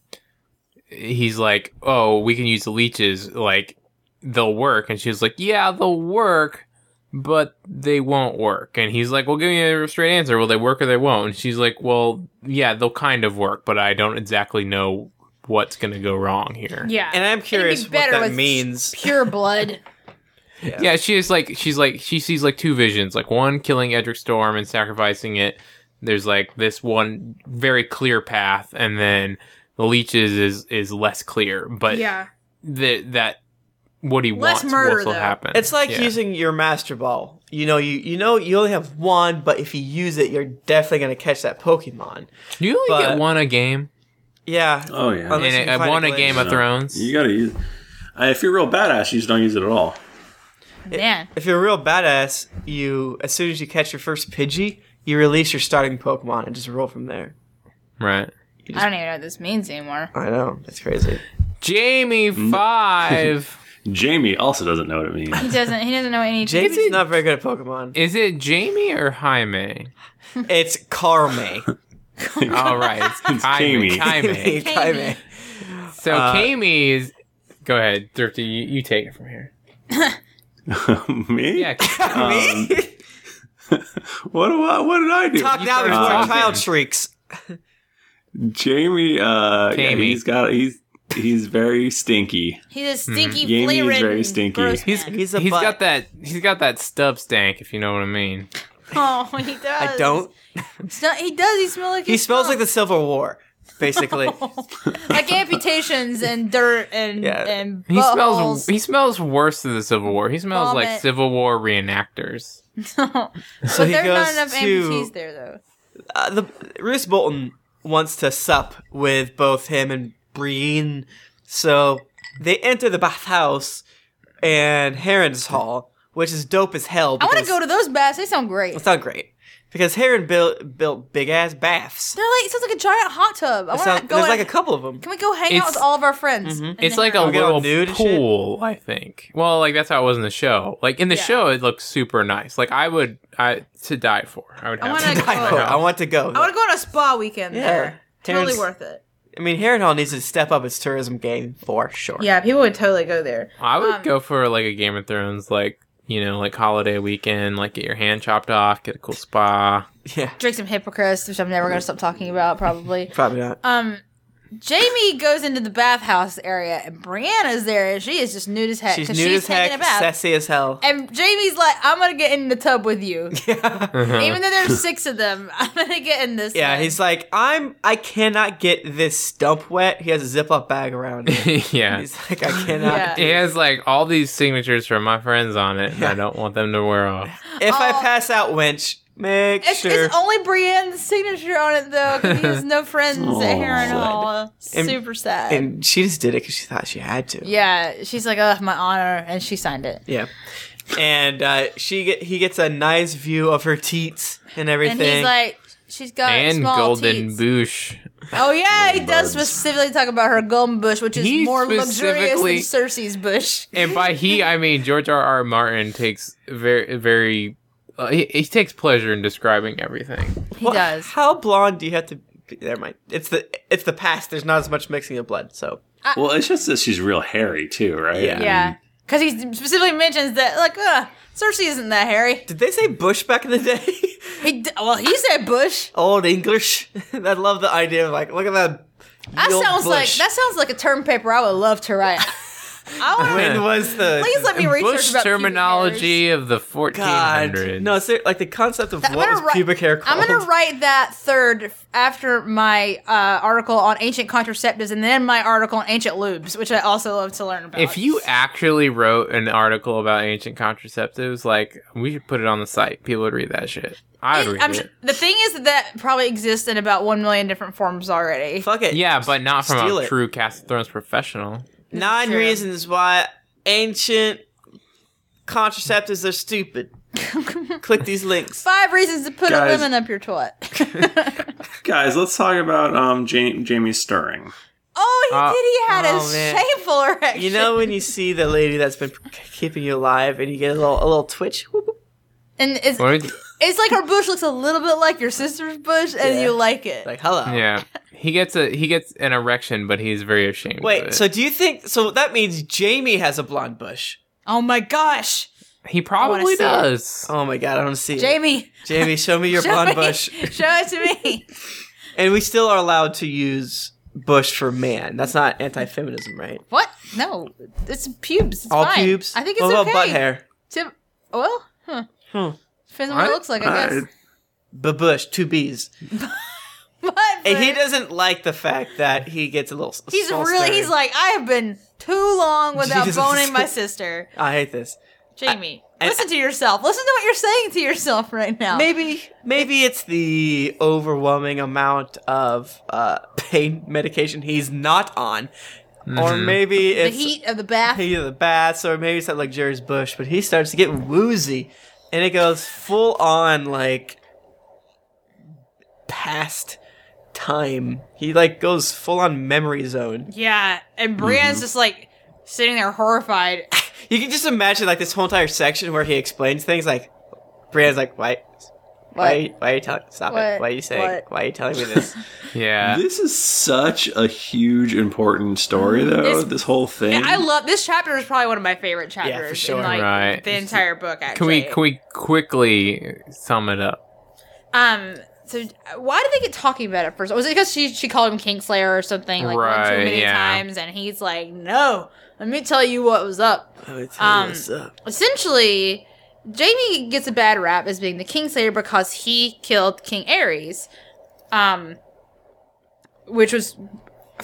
C: he's like, oh, we can use the leeches, like they'll work, and she's like, yeah, they'll work, but they won't work, and he's like, well, give me a straight answer, will they work or they won't? And she's like, well, yeah, they'll kind of work, but I don't exactly know what's gonna go wrong here.
E: Yeah.
D: And I'm curious
E: It'd be
D: what
E: better
D: that
E: with
D: means.
E: Pure blood.
C: Yeah, she is like she's like she sees like two visions, like one killing Edric Storm and sacrificing it. There's like this one very clear path, and then the leeches is is less clear. But
E: yeah.
C: the, that what he
A: Less
C: wants
A: murder,
C: what will
A: though.
C: happen.
D: It's like
C: Yeah.
D: using your master ball. You know, you you know you only have one, but if you use it, you're definitely gonna catch that Pokemon.
C: you only
D: but-
C: get one a game,
D: Yeah.
B: Oh yeah.
D: Unless
C: and
D: you
C: it,
D: can
C: I
D: find
C: won a
D: glitch.
C: Game of
B: No.
C: Thrones.
B: You gotta use. I, if you're real badass, you just don't use it at all.
E: Man,
D: If you're a real badass, you as soon as you catch your first Pidgey, you release your starting Pokemon and just roll from there.
C: right?
E: I don't even know what this means anymore.
D: I know that's crazy.
C: Jamie
B: Hmm?
C: five.
B: Jamie also doesn't know what it means.
E: He doesn't. He doesn't know any.
D: Jamie's
C: it-
D: not very good at Pokemon.
C: Is it Jamie or Jaime?
D: It's Carme.
C: All right, it's Jaime.
B: Jamie. Uh,
C: Jaime.
D: Kaime.
C: So Jamie is. Go ahead, Thrifty. You, you take it from here.
B: Me?
C: Yeah.
B: Um, what do I? What did I do?
D: Talk now
C: started
D: before a
B: talking.
D: child shrieks.
B: Jamie. Uh, yeah,
C: Jamie.
B: he's got. He's he's very stinky.
E: He's a stinky,
B: Jamie is
E: flea ridden.
B: very stinky.
E: Gross
C: He's
E: man.
D: He's a
C: he's
D: butt.
C: got that he's got that stub stank if you know what I mean.
E: oh, he does.
D: I don't.
E: Snu- he does. He smells like
D: He smells like the Civil War, basically.
E: like amputations and dirt and
D: Yeah.
E: and
C: He smells
E: buttholes.
C: he smells worse than the Civil War. He smells like
E: Vomit.
C: Civil War reenactors.
E: but
D: he
E: there's
D: goes
E: not enough
D: to-
E: amputees there though.
D: uh, the Roose Bolton wants to sup with both him and Breen, so they enter the bathhouse and Heron's Hall, which is dope as hell.
E: I
D: Because
E: want to go to those baths. They sound great.
D: It's not great because Heron built built big ass baths.
E: They're like it sounds like a giant hot tub. I
D: It's
E: want to
D: not-
E: go.
D: there's
E: in-
D: like a couple of them.
E: can we go hang out
C: It's-
E: with all of our friends? in
C: It's
E: the
C: like a
E: house?
D: get all
C: little
D: nude and shit?
C: pool, I think. Well, like that's how it was in the show. Like in the
E: Yeah.
C: show, it looks super nice. Like I would, I to die for. I would
E: I
C: have.
E: wanna
C: to
E: go.
C: die.
D: I, know, I want to go.
E: I want to go on a spa weekend
D: Yeah.
E: there.
D: Terrence-
E: Totally worth it.
D: I mean, Heron Hall needs to step up its tourism game for sure.
E: Yeah, people would totally go there.
C: I would
E: Um,
C: go for like a Game of Thrones, like you know, like holiday weekend, like get your hand chopped off, get a cool spa.
D: yeah,
E: Drink some Hippocris, which I'm never going to stop talking about, probably.
D: probably not.
E: Um, Jamie goes into the bathhouse area, and Brianna's there, and she is just nude as heck.
D: she's
E: 'cause
D: nude as
E: taking a
D: heck,
E: bath.
D: sassy as hell.
E: and Jamie's like, I'm going to get in the tub with you.
C: Uh-huh.
E: Even though there's six of them, I'm going to get in this.
D: Yeah,
E: one.
D: he's like, I'm. I cannot get this stump wet. He has a Ziploc bag around. It.
C: yeah,
D: He's like, I cannot.
E: Yeah.
C: it has like all these signatures from my friends on it, and I don't want them to wear off.
D: If I
E: Oh.
D: pass out, wench, make
E: It's,
D: sure.
E: it's only Brienne's signature on it, though, because he has no friends at Heron
B: Aw.
E: Hall. Super sad.
D: Oh, and she just did it because she thought she had to.
E: yeah, she's like, oh, my honor, and she signed it.
D: Yeah. And uh, she get, he gets a nice view of her teats and everything.
E: And he's like, she's got
C: and
E: Uh, small
C: golden
E: teats.
C: boosh.
E: Oh yeah, he
B: Golden
E: does
B: buds.
E: specifically talk about her golden bush, which is
C: He
E: more luxurious than
C: specifically-
E: Cersei's bush.
C: And by he, I mean George R. R. Martin takes very, very. Uh, he, he takes pleasure in describing everything.
E: He
D: Well,
E: does.
D: How blonde do you have to? be? Never mind. It's the it's the past. There's not as much mixing of blood. So
B: Well, it's just that she's real hairy too, right?
D: Yeah.
B: I mean,
E: Yeah, because he specifically mentions that, like, uh, Cersei isn't that hairy.
D: did they say bush back in the day?
E: He d- well, he said bush.
D: Old English. I love the idea of like, look at that.
E: That
D: real
E: sounds like
D: bush.
E: that sounds like a term paper I would love to write. I want
D: When was the
E: please let me research
C: Bush
E: about pubic hairs.
C: terminology of the 1400s.
D: God. No, ser- like the concept of
E: That-
D: what was
E: write-
D: pubic hair called.
E: I'm gonna write that third f- after my uh, article on ancient contraceptives, and then my article on ancient lubes, which I also love to learn about.
C: If you actually wrote an article about ancient contraceptives, like we should put it on the site. People would read that shit. I would read
E: I'm
C: it.
E: sure, the thing is that that probably exists in about one million different forms already.
D: Fuck it.
C: yeah, but not from
D: steal
C: a
D: it.
C: true Cast of Thrones professional.
D: Nine
E: Sure.
D: reasons why ancient contraceptives are stupid. Click these links.
E: Five reasons to put
B: Guys.
E: a lemon up your twat.
B: Guys, let's talk about um ja- Jamie stirring.
E: oh, he
C: Uh,
E: did. He had
D: oh,
E: a
D: man.
E: shameful erection.
D: You know when you see the lady that's been keeping you alive and you get a little a little twitch. Whoop, whoop.
E: and it's
C: What would-
E: it's like her bush looks a little bit like your sister's bush, and
D: Yeah.
E: you like it.
D: Like hello.
C: yeah, he gets a he gets an erection, but he's very ashamed. of
D: Wait.
C: it.
D: So do you think? So that means Jamie has a blonde bush.
E: oh my gosh,
C: he probably
E: see it.
C: does.
D: Oh my god, I want to see it.
E: Jamie,
D: Jamie, show me your
E: show
D: blonde
E: me-
D: bush.
E: show it to me.
D: And we still are allowed to use bush for man. That's not anti-feminism, right?
E: what? No, it's pubes. It's
D: All
E: fine.
D: pubes.
E: I think it's
D: what about
E: okay.
D: butt hair?
E: Tip- well, huh.
D: Hmm.
E: Depends on what
C: I-
E: it looks like, I guess.
B: Uh,
D: Babush, two B's.
E: But
D: And he
E: but
D: doesn't like the fact that he gets a little. s-
E: he's
D: soul
E: really he's
D: stirring.
E: like I have been too long without
D: Jesus.
E: boning my sister,
D: I hate this.
E: Jamie.
D: and-
E: listen to yourself. Listen to what you're saying to yourself right now.
D: Maybe, maybe it's the overwhelming amount of uh, pain medication he's not on, or maybe
E: the
D: it's
E: heat of the bath.
D: heat of the baths, or maybe it's not like Jerry's bush. But he starts to get woozy, and it goes full on like past time. He like goes full on memory zone.
E: yeah, and Brienne's just like sitting there horrified.
D: You can just imagine like this whole entire section where he explains things like Brianna's like, why why are you- why are you telling stop it?
E: What?
D: Why are you saying
E: What?
D: why are you telling me this?
C: Yeah.
B: This is such a huge, important story, though.
E: Mm. It's-
B: this whole thing.
E: Yeah, I love this chapter. Is probably one of my favorite chapters
D: sure.
E: in like
C: Right.
E: the entire book. Actually,
C: Can we can we quickly sum it up?
E: Um. So why did they get talking about it first? Was it because she she called him Kingslayer or something like one
C: Right,
E: too many
C: yeah.
E: times, and he's like, "No, let me tell you what was up."
D: Let me tell you
E: Um,
D: what's up.
E: Essentially, Jamie gets a bad rap as being the Kingslayer because he killed King Ares, um, which was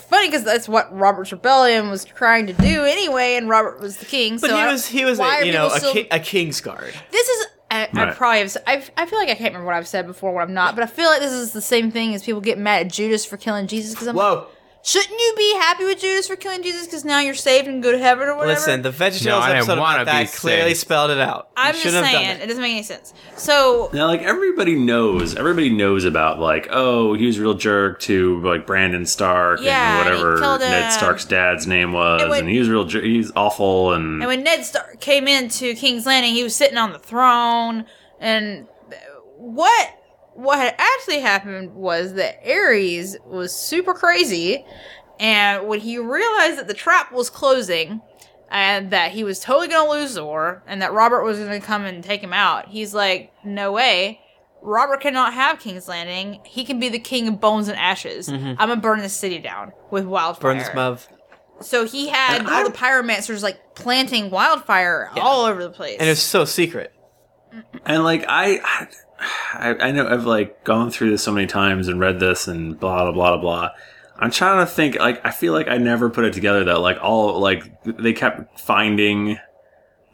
E: funny because that's what Robert's rebellion was trying to do anyway, and Robert was the king.
D: But
E: so I
D: he
E: don't-
D: was he was
E: why
D: a,
E: are
D: you know
E: people
D: a,
E: still-
D: king, a king's guard.
E: this is I, I
B: Right.
E: probably have, s- I've, I feel like I can't remember what I've said before, what I'm not, but I feel like this is the same thing as people get mad at Judas for killing Jesus. Because I'm like,
D: Whoa!
E: shouldn't you be happy with Judas for killing Jesus? Because now you're saved and go to heaven or whatever.
D: Listen, the VeggieTales
C: I didn't
D: episode
C: wanna
D: about that
C: be
D: clearly
C: saved.
D: spelled it out. You
E: I'm just
D: shouldn't have done
E: saying
D: it.
E: it doesn't make any sense. So
B: Now, like everybody knows, everybody knows about like, oh, he was a real jerk to like Brandon Stark
E: Yeah,
B: and
E: and he
B: whatever
E: killed
B: Ned
E: him.
B: Stark's dad's name was, and,
E: And when-
B: he was a real, jer- he's awful,
D: Mm.
B: and,
E: And when Ned Stark came into King's Landing, he was sitting on the throne. And what what had actually happened was that Ares was super crazy, and when he realized that the trap was closing, and that he was totally gonna lose the war, and that Robert was gonna come and take him out, he's like, "No way." Robert cannot have King's Landing. He can be the king of bones and ashes. I'm gonna burn this city down with wildfire.
D: Mm-hmm. Burn this muv.
E: So he had
B: And
E: all
B: I-
E: the pyromancers like planting wildfire all over the place.
D: And it's so secret.
B: and like I, I, I know I've like gone through this so many times and read this and blah blah blah blah. I'm trying to think. Like I feel like I never put it together that like all like they kept finding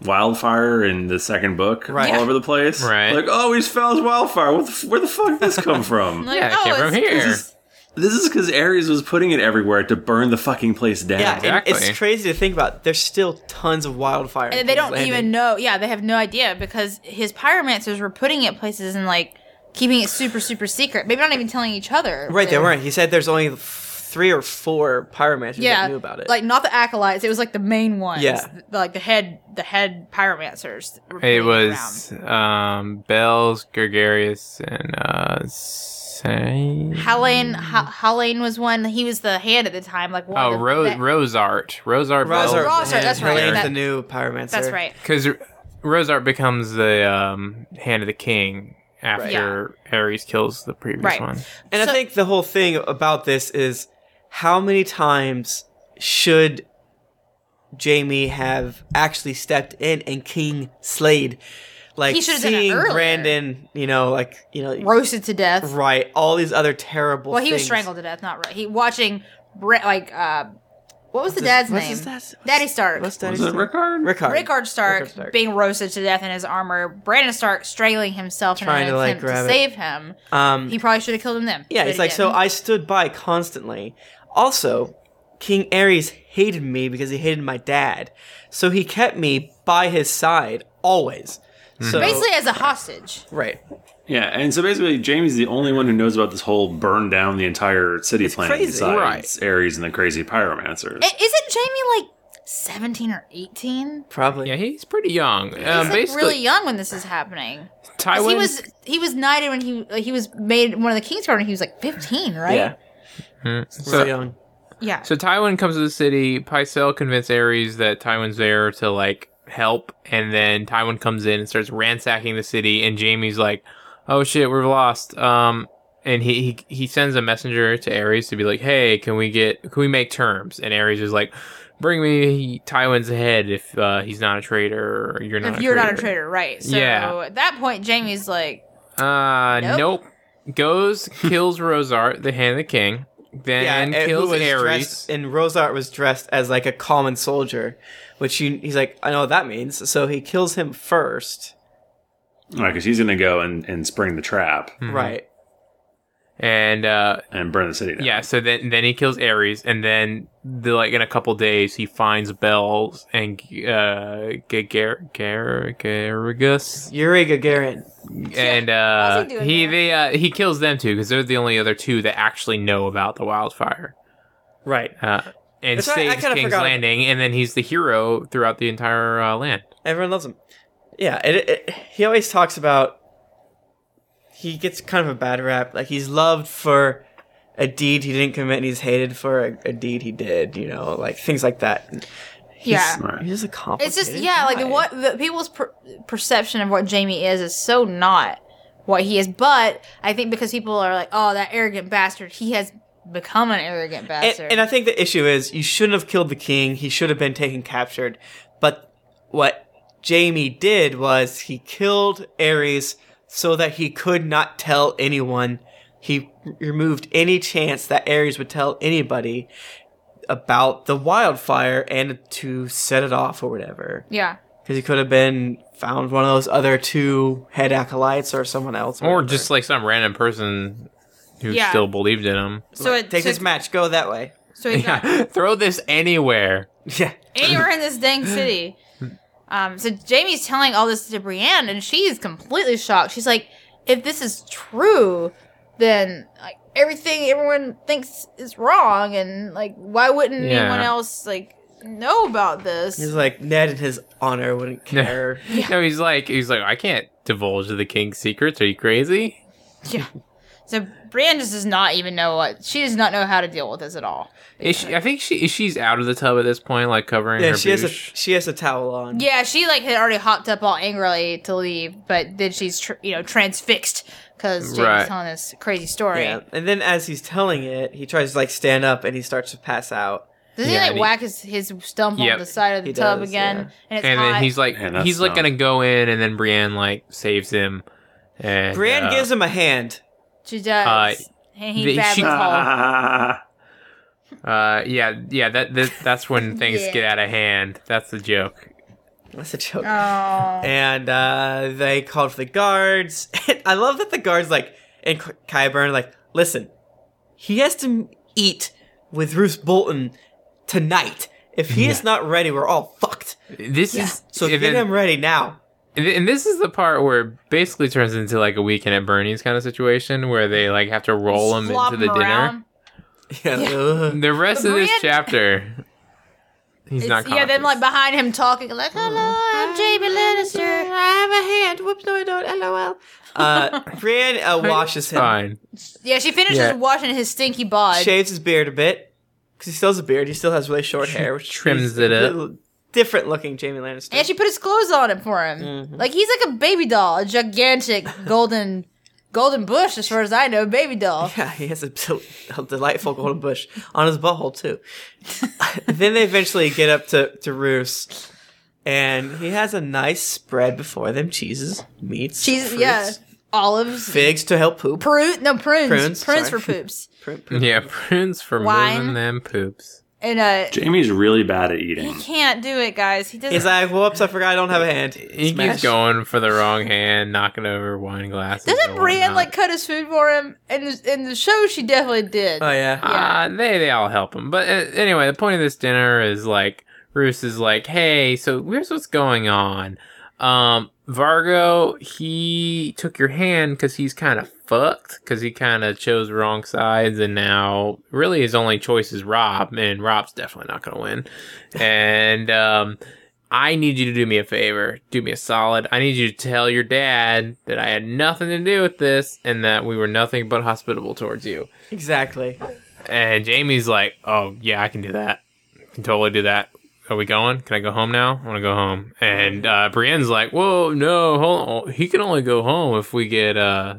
B: wildfire in the second book
D: Right.
B: all over the place.
C: Right.
B: Like oh, we just found wildfire. What the, f- where the fuck did this come from?
E: Like, "Oh,
C: Yeah, it came from
E: it's-
C: here.
B: This is because Ares was putting it everywhere to burn the fucking place down.
D: Yeah, and
C: Exactly.
D: it's crazy to think about. There's still tons of wildfire. in
E: And they
D: King's
E: don't
D: Landing.
E: even know. Yeah, they have no idea because his pyromancers were putting it places and like keeping it super super secret. Maybe not even telling each other.
D: Right, they
E: They're-
D: weren't. He said there's only f- three or four pyromancers
E: Yeah,
D: that knew about it.
E: Like not the acolytes. It was like the main ones.
D: Yeah.
E: th- like the head the head pyromancers. were putting
C: It
E: around.
C: was um Bells, Gregarious, and uh Say
E: Helen. Ha- Helen was one. He was the hand at the time. Like one
C: Oh,
E: of the-
C: Rose
E: that-
C: Roseart. Roseart
E: Rosar,
D: Rosar-
C: Bells.
E: that's right.
D: Helene's
E: That-
D: the new pyromancer.
E: That's right.
C: Because Roseart becomes the um hand of the king after Ares kills the previous
E: Right.
C: one.
E: So-
D: And I think the whole thing about this is how many times should Jamie have actually stepped in and King Slade? Like
E: He should've done it
D: seeing
E: earlier.
D: Brandon, you know, like you know,
E: Roasted to death.
D: right? All these other terrible.
E: Well, he was
D: things.
E: strangled to death, not right. He watching Brett like uh, what was the
D: What's
E: dad's
D: what's
E: name?
D: his dad's- what's-
E: Daddy Stark.
D: What's Daddy
B: Was it
D: Stark?
B: Rickard?
D: Rickard.
E: Rickard Stark,
D: Rickard Stark.
E: being roasted to death in his armor. Brandon Stark strangling himself
D: Trying
E: in an
D: to, like,
E: attempt
D: grab
E: to
D: it.
E: save him.
D: Um,
E: He probably should have killed him then.
D: Yeah,
E: but
D: it's
E: he
D: like, so
E: didn't.
D: I stood by constantly. Also, King Ares hated me because he hated my dad. So he kept me by his side always.
C: Hmm.
D: So
E: basically as a hostage.
D: right.
B: Yeah, and so basically, Jamie's the only one who knows about this whole burn down the entire city plan
D: crazy,
B: besides Ares and the crazy pyromancers.
E: I- Isn't Jamie like seventeen or eighteen?
D: Probably.
C: Yeah, he's pretty young. Um,
E: He's like
C: basically,
E: really young when this is happening. 'Cause
C: Tywin.
E: he was he was knighted when he like, he was made one of the king's guard when he was like fifteen, right?
D: Yeah. So
C: Hmm. so,
D: young.
E: Yeah.
C: so Tywin comes to the city. Pycelle convinces Ares that Tywin's there to like help, and then Tywin comes in and starts ransacking the city. And Jamie's like, "Oh shit, we're lost." Um, and he, he he sends a messenger to Ares to be like, "Hey, can we get can we make terms?" And Ares is like, "Bring me Tywin's head if uh, he's not a traitor. Or you're not.
E: if
C: a
E: you're
C: traitor.
E: not a traitor, right? So
C: Yeah.
E: at that point, Jamie's like,
C: Uh,
E: Nope.
C: nope. goes, kills Rosart, the hand of the king, then
D: and who
C: kills
D: was
C: Ares.
D: dressed- and Rosart was dressed as like a common soldier, which you, he's like, I know what that means. So he kills him 1st
B: All right, because he's gonna go and, and spring the trap
C: Hmm.
D: right?
C: and uh,
B: and burn the city down.
C: yeah, so then then he kills Ares, and then the, like in a couple days he finds Bells and uh, Gar- Gar- Garrigus,
D: Yuri Gagarin.
C: and
F: How's
C: uh,
F: he doing
C: he
F: now?
C: they uh, he kills them too because they're the only other two that actually know about the wildfire.
D: Right.
C: Uh, and
D: That's right, I
C: saves
D: kinda
C: King's
D: forgot.
C: Landing, and then he's the hero throughout the entire uh, land.
D: Everyone loves him. Yeah, it, it, he always talks about. He gets kind of a bad rap. Like he's loved for a deed he didn't commit, and he's hated for a, a deed he did. You know, like things like that.
E: Yeah.
B: Right.
D: He's just a complicated.
E: It's just yeah, like
D: guy.
E: the, what the people's per- perception of what Jamie is is so not what he is. But I think because people are like, oh, that arrogant bastard, he has become an arrogant
D: And,
E: bastard.
D: and I think the issue is you shouldn't have killed the king. He should have been taken captured. But what Jamie did was he killed Ares so that he could not tell anyone. He r- removed any chance that Ares would tell anybody about the wildfire and to set it off or whatever.
E: yeah,
D: Because he could have been found one of those other two head acolytes or someone else.
C: Or
D: whatever.
C: just like some random person who
E: Yeah.
C: still believed in him.
E: so it
D: take
E: so,
D: this match, go that way.
E: so he got
C: Throw this anywhere.
D: Yeah.
E: anywhere in this dang city. Um, so Jamie's telling all this to Brienne, and she's completely shocked. She's like, if this is true, then like everything everyone thinks is wrong, and like why wouldn't
C: Yeah.
E: anyone else like know about this?
D: He's like, Ned in his honor wouldn't care.
C: No, he's like he's like I can't divulge the king's secrets. Are you crazy?
E: Yeah. So Brienne just does not even know what she does not know how to deal with this at all.
C: Is she, I think she she's out of the tub at this point, like covering
D: Yeah,
C: her
D: she has a
C: boosh.
D: she has a towel on.
E: Yeah, she like had already hopped up all angrily to leave, but then she's tr- you know transfixed because Jamie's
C: Right.
E: telling this crazy story.
D: Yeah. And then as he's telling it, he tries to like stand up and he starts to pass out.
E: Doesn't
C: Yeah,
E: he
C: and
E: like
C: he-
E: whack his, his stump
C: Yep.
E: on the side of the
D: He
E: tub
D: does,
E: again?
D: yeah.
E: And it's
C: and
E: hot.
C: then he's like
B: Man, that's
C: he's like
B: not-
C: gonna go in, and then Brienne like saves him. And,
D: Brienne
C: uh,
D: gives him a hand.
E: she does.
C: uh,
E: and he
C: the-
E: grabs
C: she-
E: his hole.
C: Uh, yeah, yeah. That, that that's when things
E: Yeah.
C: get out of hand. That's the joke.
D: That's a joke.
E: Oh.
D: And uh, they called for the guards. And I love that the guards like and Ky- Kyburn like, listen, he has to eat with Roose Bolton tonight. If he is not ready, we're all fucked.
C: This is
D: So
C: and
D: get
C: then-
D: him ready now.
C: And th- and this is the part where it basically turns into like a weekend at Bernie's kind of situation where they like have to roll him
E: Flop
C: into the
E: him around.
C: dinner.
D: Yeah. ugh.
C: The rest of this
E: Brienne-
C: chapter, he's
E: It's-
C: not.
E: yeah,
C: conscious.
E: then like behind him talking like, "Hello,
D: Mm-hmm.
E: I'm Jamie Lannister."
D: I have a hand. Whoops, no, I don't. LOL. Uh, Brienne uh, washes him.
C: fine.
E: Yeah, she finishes
D: Yeah.
E: washing his stinky bod.
D: shaves his beard a bit because he still has a beard. He still has really short hair, which
C: trims
D: is
C: it
D: a
C: up.
D: little Different looking Jamie Lannister.
E: And she put his clothes on him for him.
D: Mm-hmm.
E: Like he's like a baby doll, a gigantic golden golden bush, as far as I know, baby doll.
D: yeah, he has a, del- a delightful golden bush on his butthole too. then they eventually get up to to Roos, and he has a nice spread before them: cheeses, meats,
E: She's
D: fruits,
E: yeah. Olives.
D: figs to help poop.
E: Prune no prunes.
D: Prunes,
E: Prunes,
D: sorry.
E: for poops.
D: Poop, poop.
C: Yeah, prunes for
E: Wine.
C: moving them poops.
E: And uh
B: Jamie's really bad at
E: he
B: eating.
E: can't do it, guys. He doesn't
D: He's like, whoops, I forgot I don't have a hand.
C: He keeps going for the wrong hand, knocking over wine glasses.
E: doesn't
C: and
E: Brienne
C: whatnot.
E: like cut his food for him? In the, in the show, she definitely did.
D: Oh yeah.
C: Uh, they they all help him. But uh, anyway, the point of this dinner is like Roos is like, hey, so here's what's going on. Um, Vargo, he took your hand because he's kind of fucked because he kind of chose wrong sides, and now really his only choice is Rob, and Rob's definitely not gonna win. and um, I need you to do me a favor, do me a solid. I need you to tell your dad that I had nothing to do with this, and that we were nothing but hospitable towards you.
D: Exactly.
C: And Jamie's like, "Oh yeah, I can do that. Can totally do that. Are we going? Can I go home now? I want to go home." And uh, Brienne's like, "Whoa, no, hold on. He can only go home if we get uh,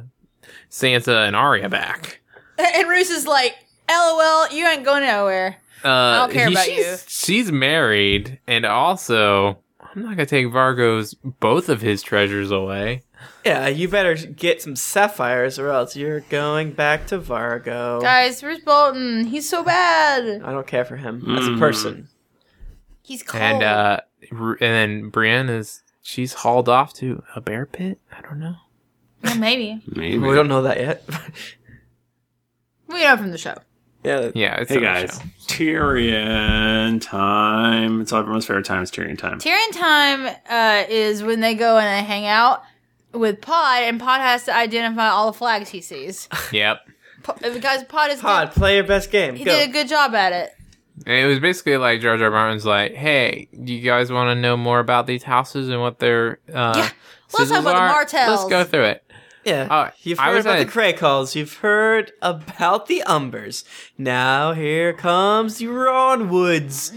C: Sansa and Arya back."
E: And Roose is like, LOL, you ain't going nowhere.
C: Uh, I
E: don't care about
C: she's, She's married, and also I'm not gonna take Vargo's both of his treasures away.
D: Yeah, you better get some sapphires or else you're going back to Vargo.
E: Guys, where's Bolton? He's so bad.
D: I don't care for him as a
B: Mm.
D: person.
E: He's cold.
C: And uh, R- and then Brienne is she's hauled off to a bear pit. I don't know.
E: Well, maybe.
B: Maybe.
D: We don't know that yet.
E: We know from the show.
D: yeah,
C: Yeah, it's
B: Hey
C: not a
B: guys, Tyrion time. It's everyone's favorite time. It's Tyrion time.
E: Tyrion time uh, is when they go and they hang out with Pod, and Pod has to identify all the flags he sees.
C: show. Yep.
E: Po- because Pod is
D: Pod, play your best game.
E: He
D: Go.
E: did a good job at it.
C: And it was basically like Jar Jar Martin's like, "Hey, do you guys want to know more about these houses and what their uh,
E: Yeah, let's talk
C: sigils
E: about the
C: are?
E: Martells."
C: Let's go through it."
D: Yeah.
C: Oh,
D: you've
C: I
D: heard
C: was
D: about
C: gonna-
D: the Cray calls. You've heard about the Umbers. Now here comes the Ronwoods.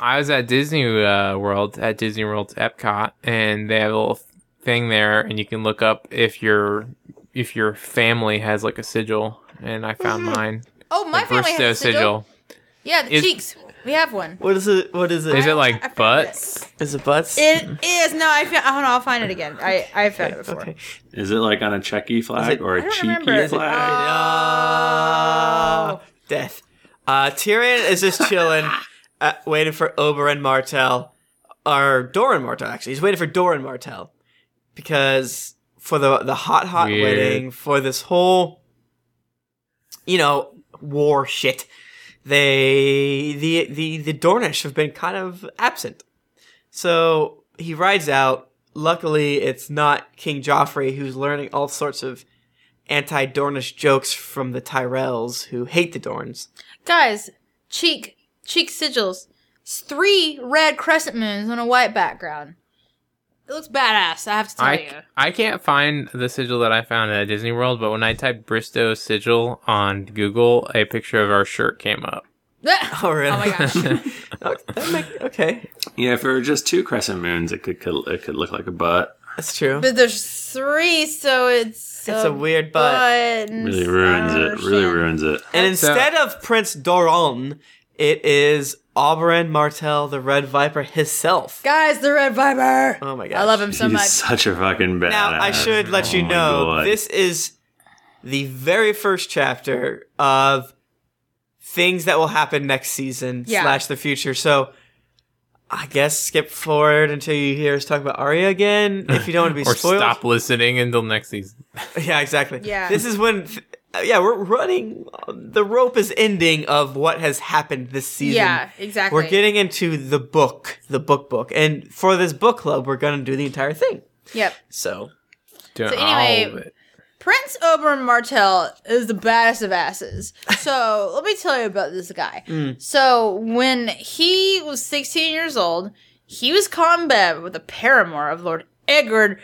C: I was at Disney uh, World at Disney World Epcot, and they have a little thing there, and you can look up if your if your family has like a sigil. And I found mine.
E: Oh, my
C: the
E: family
C: Bristow
E: has a sigil. Yeah, the
C: Is-
E: cheeks. We have one.
D: What is it? What is it?
C: Is it
D: Is it,
E: I found
C: like
E: it.
C: butts?
D: butts?
E: is no. I found. Hold on, I'll find it again. I I found
D: okay. okay.
B: Is it like on a checky flag
D: it-
B: or
E: I
B: a
E: don't
B: cheeky
E: remember.
D: uh,
B: flag?
D: Ah, death. Uh, Tyrion is just chilling, uh, waiting for Oberyn Martell, or Doran Martell. Actually, he's waiting for Doran Martell because for the the hot hot
C: Weird.
D: wedding for this whole, you know, war shit. They the the the Dornish have been kind of absent. So he rides out. Luckily, it's not King Joffrey who's learning all sorts of anti Dornish jokes from the Tyrells who hate the Dorns.
E: Guys, cheek cheek sigils. It's three red crescent moons on a white background. It looks badass. I have to tell
C: I,
E: you.
C: I can't find the sigil that I found at Disney World, but when I typed Bristow sigil on Google, a picture of our shirt came up.
D: Oh, really?
E: Oh my gosh.
D: that make, okay,
B: Yeah, if it were just two crescent moons, it could, could it could look like a butt.
D: that's true.
E: but there's three, so it's
D: It's a weird butt.
B: Really ruins it. Really ruins it.
D: And instead of Prince Doron, it is Oberyn Martell, the Red Viper himself.
E: Guys, the red viper.
D: Oh my gosh.
E: I love him so
B: He's
E: much.
B: such a fucking badass.
D: Now, I should let you
B: Oh my
D: know
B: God.
D: this is the very first chapter of things that will happen next season
E: Yeah.
D: slash the future. So I guess skip forward until you hear us talk about Arya again if you don't want to be
C: Or
D: spoiled.
C: stop listening until next season.
D: Yeah, exactly.
E: Yeah.
D: This is when. Th- uh, yeah, we're running. um, The rope is ending of what has happened this season.
E: Yeah, exactly.
D: We're getting into the book, the book book. And for this book club, we're going to do the entire thing.
E: Yep.
D: So
C: Doing
E: So
C: all of
E: anyway,
C: it.
E: Prince Oberon Martell is the baddest of asses. So let me tell you about this guy.
D: Mm.
E: So when he was 16 years old, he was caught in bed with a paramour of Lord Edward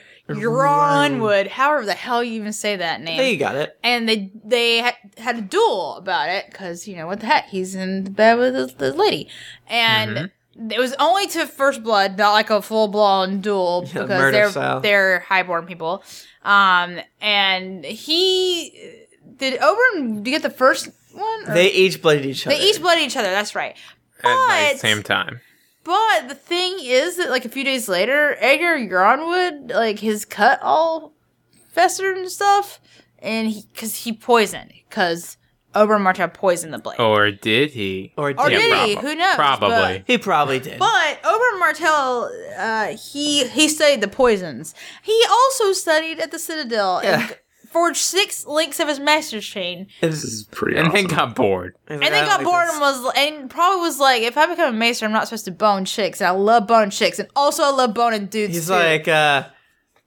E: Yronwood, however the hell you even say that name.
D: there you got it.
E: and they they ha- had a duel about it because you know what the heck he's in bed with this, this lady, and
D: Mm-hmm.
E: it was only to first blood, not like a full blown duel
D: Yeah,
E: because
D: murder
E: they're
D: style.
E: they're highborn people. Um, and he did Oberon get the first one. Or-
D: They each bladed each other.
E: they each blood each other. That's right.
C: At the
E: But-
C: same time.
E: But the thing is that like a few days later, Edgar Yronwood like his cut all festered and stuff, and he because he poisoned because Oberon Martell poisoned the blade.
C: Or did he?
D: Or did
E: Or
D: he?
E: did
C: Yeah,
E: he?
C: prob-
E: Who knows?
C: Probably.
D: He probably did.
E: But, but Oberon Martell, uh, he he studied the poisons. He also studied at the Citadel
D: Yeah.
E: and forged six links of his master's chain,
D: This
B: This is
D: is-
B: pretty
C: and
B: awesome.
C: then got bored.
D: he's like,
E: and
D: I
E: then
D: don't
E: got
D: like
E: bored
D: this.
E: and was and probably was like, if I become a maester, I'm not supposed to bone chicks, and I love bone chicks, and also I love boning dudes.
D: He's
E: too.
D: like, uh,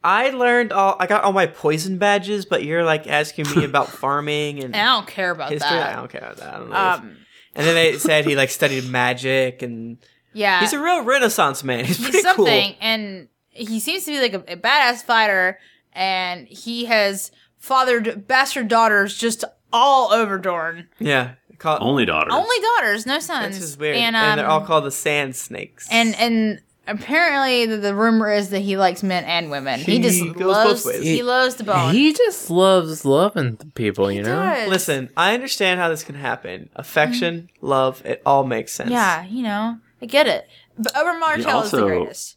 D: I learned all. I got all my poison badges, but you're like asking me about farming and
E: I don't care about
D: history. I
E: that.
D: don't care about that. I don't know.
E: Um,
D: and then they said he like studied magic and
E: yeah,
D: he's a real Renaissance man. He's pretty
E: he's something,
D: cool.
E: and he seems to be like a, a badass fighter, and he has fathered bastard daughters just all over Dorne.
D: Yeah, call,
B: Only daughter.
D: Oh.
E: Only daughters, no sons.
D: this is weird.
E: And,
D: And,
E: um,
D: they're all called the Sand Snakes.
E: and and apparently the, the rumor is that he likes men and women. He,
D: He
E: just
D: goes both
E: loves
D: ways.
E: he loves the bone.
C: He just loves loving the people, you know?
E: does.
D: listen, I understand how this can happen. Affection, love, it all makes sense.
E: Mm-hmm. Yeah, you know. I get it. But Oberyn Martell is
B: also-
E: the greatest.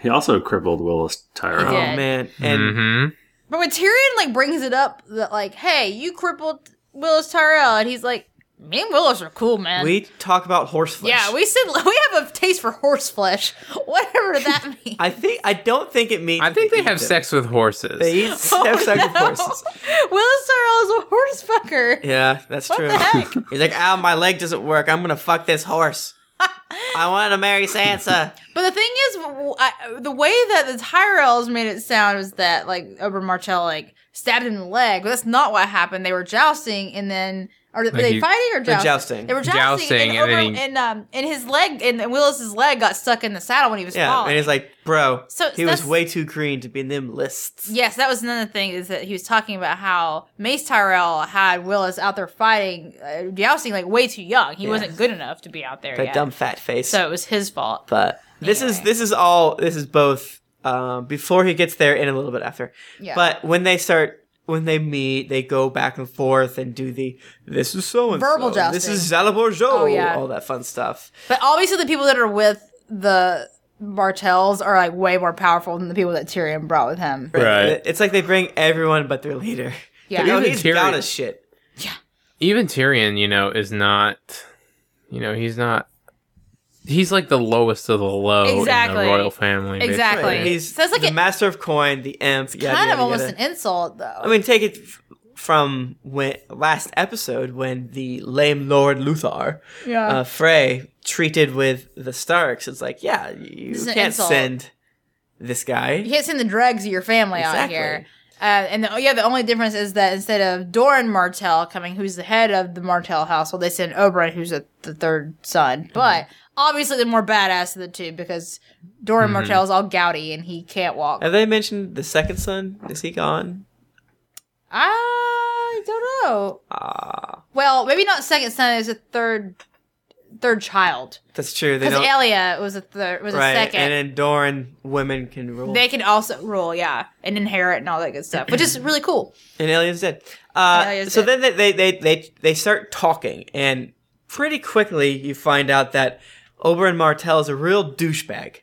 B: He also crippled Willis Tyrell.
E: He
D: Oh
E: did.
D: man, and
C: mm-hmm.
E: But when Tyrion like brings it up that like, hey, you crippled Willis Tyrell, and he's like, me and Willis are cool, man.
D: we talk about horse flesh.
E: yeah, we said we have a taste for horse flesh, whatever that means.
D: I think I don't think it means.
C: I think they
D: eat
C: have
D: them.
C: sex with horses.
D: They eat
E: Oh,
D: have sex with horses.
E: Willis Tyrell is a horse fucker.
D: Yeah, that's
E: What
D: true.
E: the heck?
D: He's like, ow, my leg doesn't work. I'm gonna fuck this horse. I want to marry Sansa.
E: But the thing is, w- I, the way that the Tyrells made it sound was that like Oberyn Martell like stabbed him in the leg. But that's not what happened. They were jousting, and then or were they
C: he-
E: fighting or
D: They're
E: jousting?
D: jousting.
E: They were
C: Jousting,
E: jousting, and,
C: and then
E: Oberyn-
C: he-
E: and, um and his leg and, and Willis's leg got stuck in the saddle when he was
D: Yeah,
E: falling.
D: and he's like, bro,
E: So
D: he was
E: that's-
D: way too green to be in them lists.
E: Yes, that was another thing is that he was talking about how Mace Tyrell had Willis out there fighting, uh, jousting like way too young. He
D: Yeah.
E: wasn't good enough to be out there
D: That
E: yet.
D: dumb fat face.
E: So it was his fault.
D: but this is
E: Anyway.
D: this is all this is both um, before he gets there and a little bit after.
E: Yeah.
D: But when they start when they meet, they go back and forth and do the this is so and
E: Verbal
D: This
E: jousting.
D: is Zalaborjo.
E: Oh, yeah.
D: all that fun stuff.
E: But obviously, the people that are with the Martells are like way more powerful than the people that Tyrion brought with him.
B: Right.
D: It's like they bring everyone but their leader.
E: Yeah.
D: Like, oh,
C: Even
D: he's
C: Tyrion.
D: down as shit.
C: Even Tyrion, you know, is not. You know, he's not. He's like the lowest of the low in
E: Exactly.
C: the royal family. basically.
E: Exactly. Right.
D: He's
E: So it's like
D: the
E: it-
D: master of coin, the imp. Yada,
E: kind of
D: yada,
E: almost
D: yada.
E: an insult, though.
D: I mean, take it f- from when last episode when the lame Lord Luthar,
E: Yeah.
D: uh, Frey, treated with the Starks. It's like, yeah, you
E: is an
D: can't
E: insult.
D: send this guy.
E: you can't send the dregs of your family out
D: Exactly.
E: here. Uh, and the, yeah, the only difference is that instead of Doran Martell coming, who's the head of the Martell household, they send Oberyn, who's a, the third son.
D: Mm-hmm.
E: But obviously, the more badass of the two because Doran
D: Mm-hmm.
E: Martell is all gouty and he can't walk.
D: Have they mentioned the second son? Is he gone?
E: I don't know.
D: Ah,
E: Well, maybe not second son. It's a third, third child
D: that's true. They
E: because
D: don't.
E: Elia was a third, was
D: right,
E: a second.
D: and in Doran, women can rule.
E: they can also rule, yeah, and inherit and all that good stuff, which is really cool.
D: And Elia's dead. Uh,
E: Elia's
D: so
E: dead.
D: then they, they, they, they, they start talking, and pretty quickly you find out that Oberyn Martell is a real douchebag.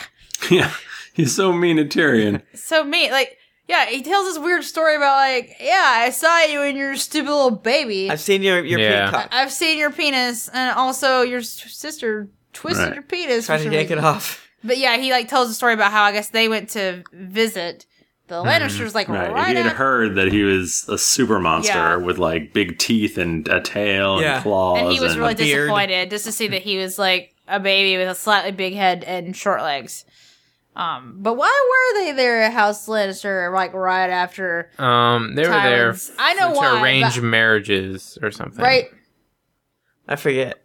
B: Yeah, he's so mean to Tyrion.
E: So me, like, yeah, he tells this weird story about like, yeah, I saw you and your stupid little baby.
D: I've seen your, your
C: Yeah.
D: peacock.
E: I've seen your penis, and also your s- sister twisted
B: Right.
E: your penis.
D: Try
E: for
D: to
E: some
D: yank it
E: reason.
D: off.
E: But yeah, he like tells a story about how I guess they went to visit the Lannisters, like
B: Right.
E: right,
B: he had
E: after-
B: heard that he was a super monster
E: Yeah.
B: with like big teeth and a tail
D: Yeah.
B: and claws.
E: and he was really
D: beard.
E: disappointed just to see that he was like a baby with a slightly big head and short legs. Um, but why were they there at House Lannister like right after
C: Um, they were there.
E: Tyrion's- I know
C: to
E: why,
C: arrange
E: but-
C: marriages or something.
E: right?
D: I forget.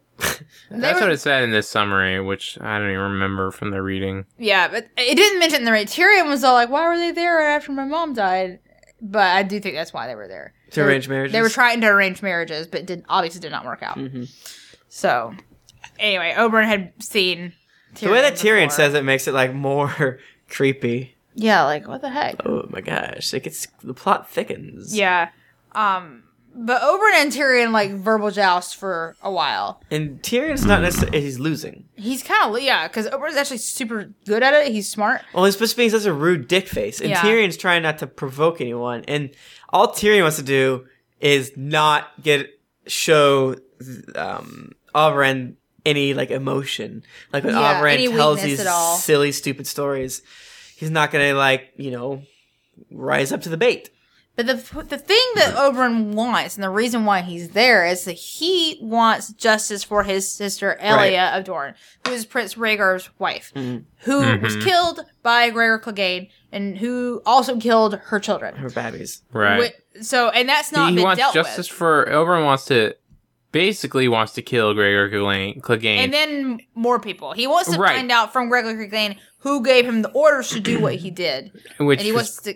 E: They
C: That's
E: were-
C: what it said in this summary, which I don't even remember from the reading.
E: Yeah, but it didn't mention the right. Tyrion was all like, "Why were they there right after my mom died?" But I do think that's why they were there
D: To
E: They-
D: arrange marriages? Mm-hmm.
E: They were trying to arrange marriages, but did obviously did not work out. So anyway, Oberyn had seen Tyrion
D: the way that Tyrion
E: before.
D: says it makes it like more creepy.
E: "Yeah, like what the heck."
D: Oh my gosh! It gets the plot thickens.
E: Yeah. Um but Oberyn and Tyrion like verbal joust for a while.
D: and Tyrion's not necessarily he's losing.
E: He's kind of yeah, because Oberyn's actually super good at it. He's smart.
D: Well, he's supposed to be such a rude dick face, and
E: Yeah.
D: Tyrion's trying not to provoke anyone. And all Tyrion wants to do is not get show um, Oberyn any like emotion. Like when
E: Yeah, any
D: Oberyn tells
E: weakness
D: these
E: at all.
D: silly, stupid stories, he's not gonna like you know rise up to the bait.
E: But the the thing that Oberyn wants and the reason why he's there is that he wants justice for his sister Elia of Dorne, who is Prince Rhaegar's wife, who was
C: Mm-hmm.
E: killed by Rhaegar Clegane and who also killed her children.
D: Her babies.
C: Right.
E: Wh- So and that's not
C: he
E: been
C: wants
E: dealt
C: justice
E: with.
C: for Oberon wants to basically wants to kill Gregor Clegane. Clegane.
E: and then more people. He wants to
C: Right.
E: find out from Gregory Clegane who gave him the orders to do what he did,
C: which
E: and he
C: was
E: wants to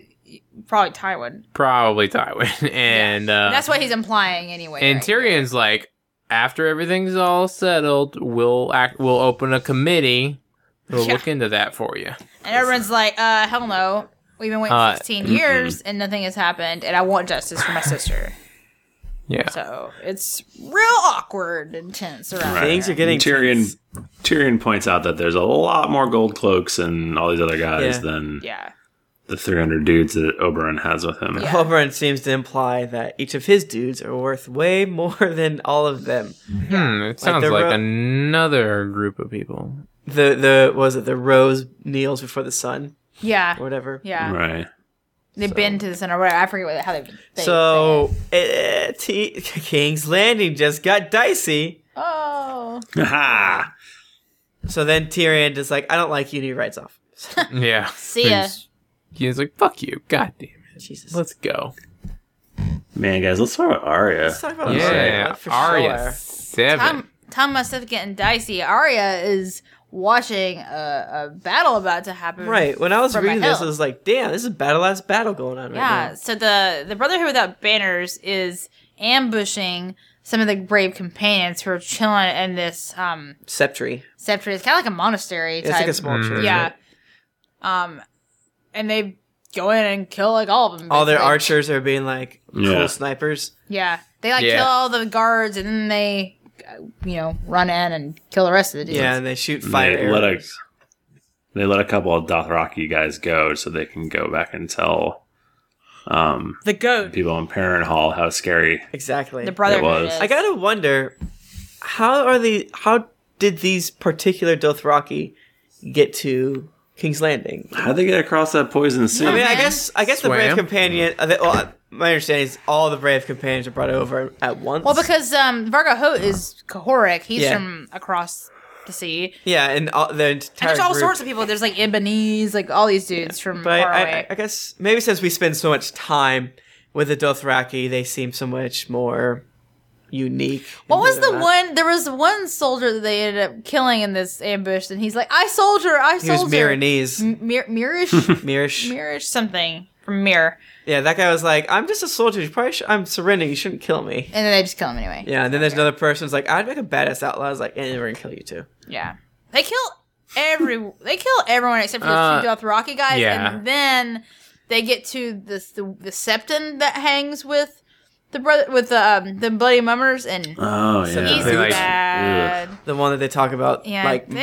E: probably Tywin.
C: probably Tywin. and uh,
E: That's what he's implying anyway.
C: and
E: right?
C: Tyrion's like, after everything's all settled, we'll act. We'll open a committee. We'll
E: Yeah.
C: look into that for you.
E: and everyone's like, "Uh, hell no." We've been waiting
C: Uh,
E: 16 years and nothing has happened, and I want justice for my sister.
C: Yeah.
E: So it's real awkward and tense around.
B: Right.
D: Things are getting
B: Tyrion Tyrion points out that there's a lot more gold cloaks and all these other guys
D: Yeah.
B: than
E: Yeah.
B: the 300 dudes that Oberon has with him.
E: Yeah.
D: Oberon seems to imply that each of his dudes are worth way more than all of them.
C: Hmm, it sounds
D: the
C: like,
D: ro-
C: another group of people.
D: The the was it the rose kneels before the sun
E: Yeah.
D: or whatever.
E: Yeah.
B: Right.
E: They've been to the center. Whatever. I forget what, how they. they
D: So uh, T- King's Landing just got dicey.
E: they- oh.
B: Ha!
D: So then Tyrion is like, I don't like you, and he rides off.
C: Yeah.
E: See ya.
C: He's- He's like, fuck you. God damn it.
D: Jesus.
C: Let's go.
B: Man, guys, let's talk about Arya.
D: Let's talk about
C: Yeah.
D: Arya, for
C: Arya
D: sure.
C: seven.
E: Tom, Tom must have getting dicey. Arya is watching a, a battle about to happen.
D: Right. When I was
E: from a
D: reading this, I
E: hill.
D: was like, damn, this is battle last battle going on right
E: yeah. So the the Brotherhood without banners is ambushing some of the brave companions who are chilling in this um
D: now. Septry.
E: scepter. It's kind of like a monastery.
D: It's
E: type.
D: like a small
C: Mm.
D: church.
E: Yeah.
D: right?
E: Um, and they go in and kill like all of them.
D: All their
E: basically.
D: archers are being like cool
B: Yeah.
D: snipers.
E: Yeah, they like
C: Yeah.
E: kill all the guards and then they, uh, you know, run in and kill the rest of the dudes.
D: Yeah, and they shoot fire.
B: They let, a,
D: arrows.
B: they let a couple of Dothraki guys go so they can go back and tell um,
E: the goat,
B: people in Hall how scary.
D: Exactly.
E: the brother.
B: was.
D: I gotta wonder, how are the how did these particular Dothraki get to King's Landing?
B: How'd they get across that poison sea?
D: I mean, I
E: Swam.
D: guess I guess the brave
C: Swam.
D: companion. Uh, they, well, my understanding is all the brave companions are brought over at once.
E: Well, because um, Vargo Holt is Kahoric. He's
D: Yeah.
E: from across the sea.
D: yeah, and all, the
E: And
D: entire
E: there's all
D: group.
E: sorts of people. There's like Ibanese, like all these dudes from
D: But
E: far
D: I,
E: away.
D: I, I guess maybe since we spend so much time with the Dothraki, they seem so much more unique.
E: what
D: and
E: was the
D: whatnot.
E: one? There was one soldier that they ended up killing in this ambush, and he's like, "I soldier, I
D: He was
E: soldier."
D: Miranese.
E: M- Mir- Mirish,
D: Mirish.
E: Mirish something from Mir,
D: Yeah, that guy was like, "I'm just a soldier. You probably sh- I'm surrendering. You shouldn't kill me."
E: and then they just kill him anyway.
D: Yeah, and then there's another person who's like, I'd make a badass outlaw. I was like, and we're gonna kill you too.
E: Yeah. They kill every they kill everyone except for the
C: Uh,
E: two Dothraki guys,
C: yeah.
E: and then they get to the the, the septon that hangs with the brother with the um, the bloody mummers, and
B: oh, yeah.
E: he's
C: They like-
E: bad.
D: The one that they talk about,
E: Yeah,
D: like
E: they-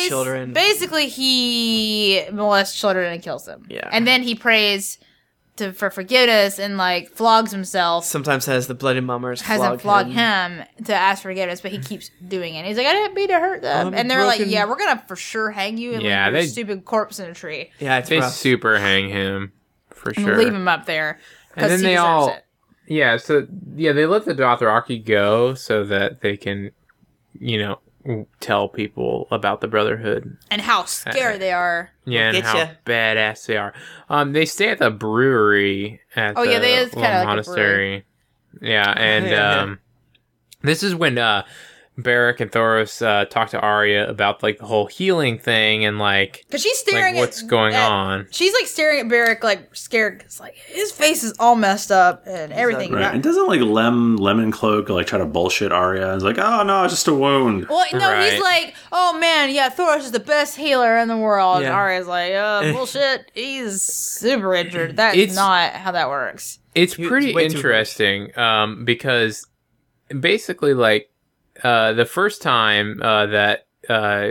D: murdering children.
E: Basically, he molests children and kills them.
D: Yeah.
E: and then he prays to for forgiveness and like flogs himself.
D: Sometimes has the bloody mummers
E: hasn't
D: flog
E: flogged
D: him.
E: him. to ask forgiveness, but he keeps doing it. He's like, I didn't mean to hurt them.
D: I'm
E: and they're like,
D: broken.
E: Yeah, we're gonna for sure hang you and
C: Yeah,
E: leave your
C: they-
E: stupid corpse in a tree
D: Yeah, it's
C: they
D: rough.
C: super hang him for
E: and
C: sure.
E: leave him up there
C: And
E: because
C: then
E: he
C: they
E: deserves
C: all-
E: it.
C: Yeah, so yeah, they let the Dothraki go so that they can, you know, w- tell people about the Brotherhood.
E: And how
C: Uh,
E: scared they are.
C: Yeah, and
D: Get
C: how
D: ya.
C: badass they are. Um, they stay at the brewery at
E: Oh,
C: the
E: yeah, they is
C: little
E: kinda like a Oh,
C: monastery. yeah, and
D: yeah.
C: um, this is when uh, Beric and Thoros uh, talk to Arya about like the whole healing thing and like
E: Because she's
C: like
E: staring
C: what's
E: at
C: going
E: at-
C: on.
E: She's like staring at Barrick, like scared. Cause like his face is all messed up and everything.
B: Right. And doesn't like Lem Lemon Cloak like try to bullshit Arya? It's like, oh no, it's just a wound.
E: Well, no, he's
C: Right.
E: like, oh man, yeah, Thoros is the best healer in the world. And
D: Yeah.
E: Arya's like, uh, bullshit. He's super injured. That's
C: It's-
E: not how that works.
C: It's
D: He-
C: pretty
D: it's way too
C: interesting um, because basically, like uh, the first time uh, that uh,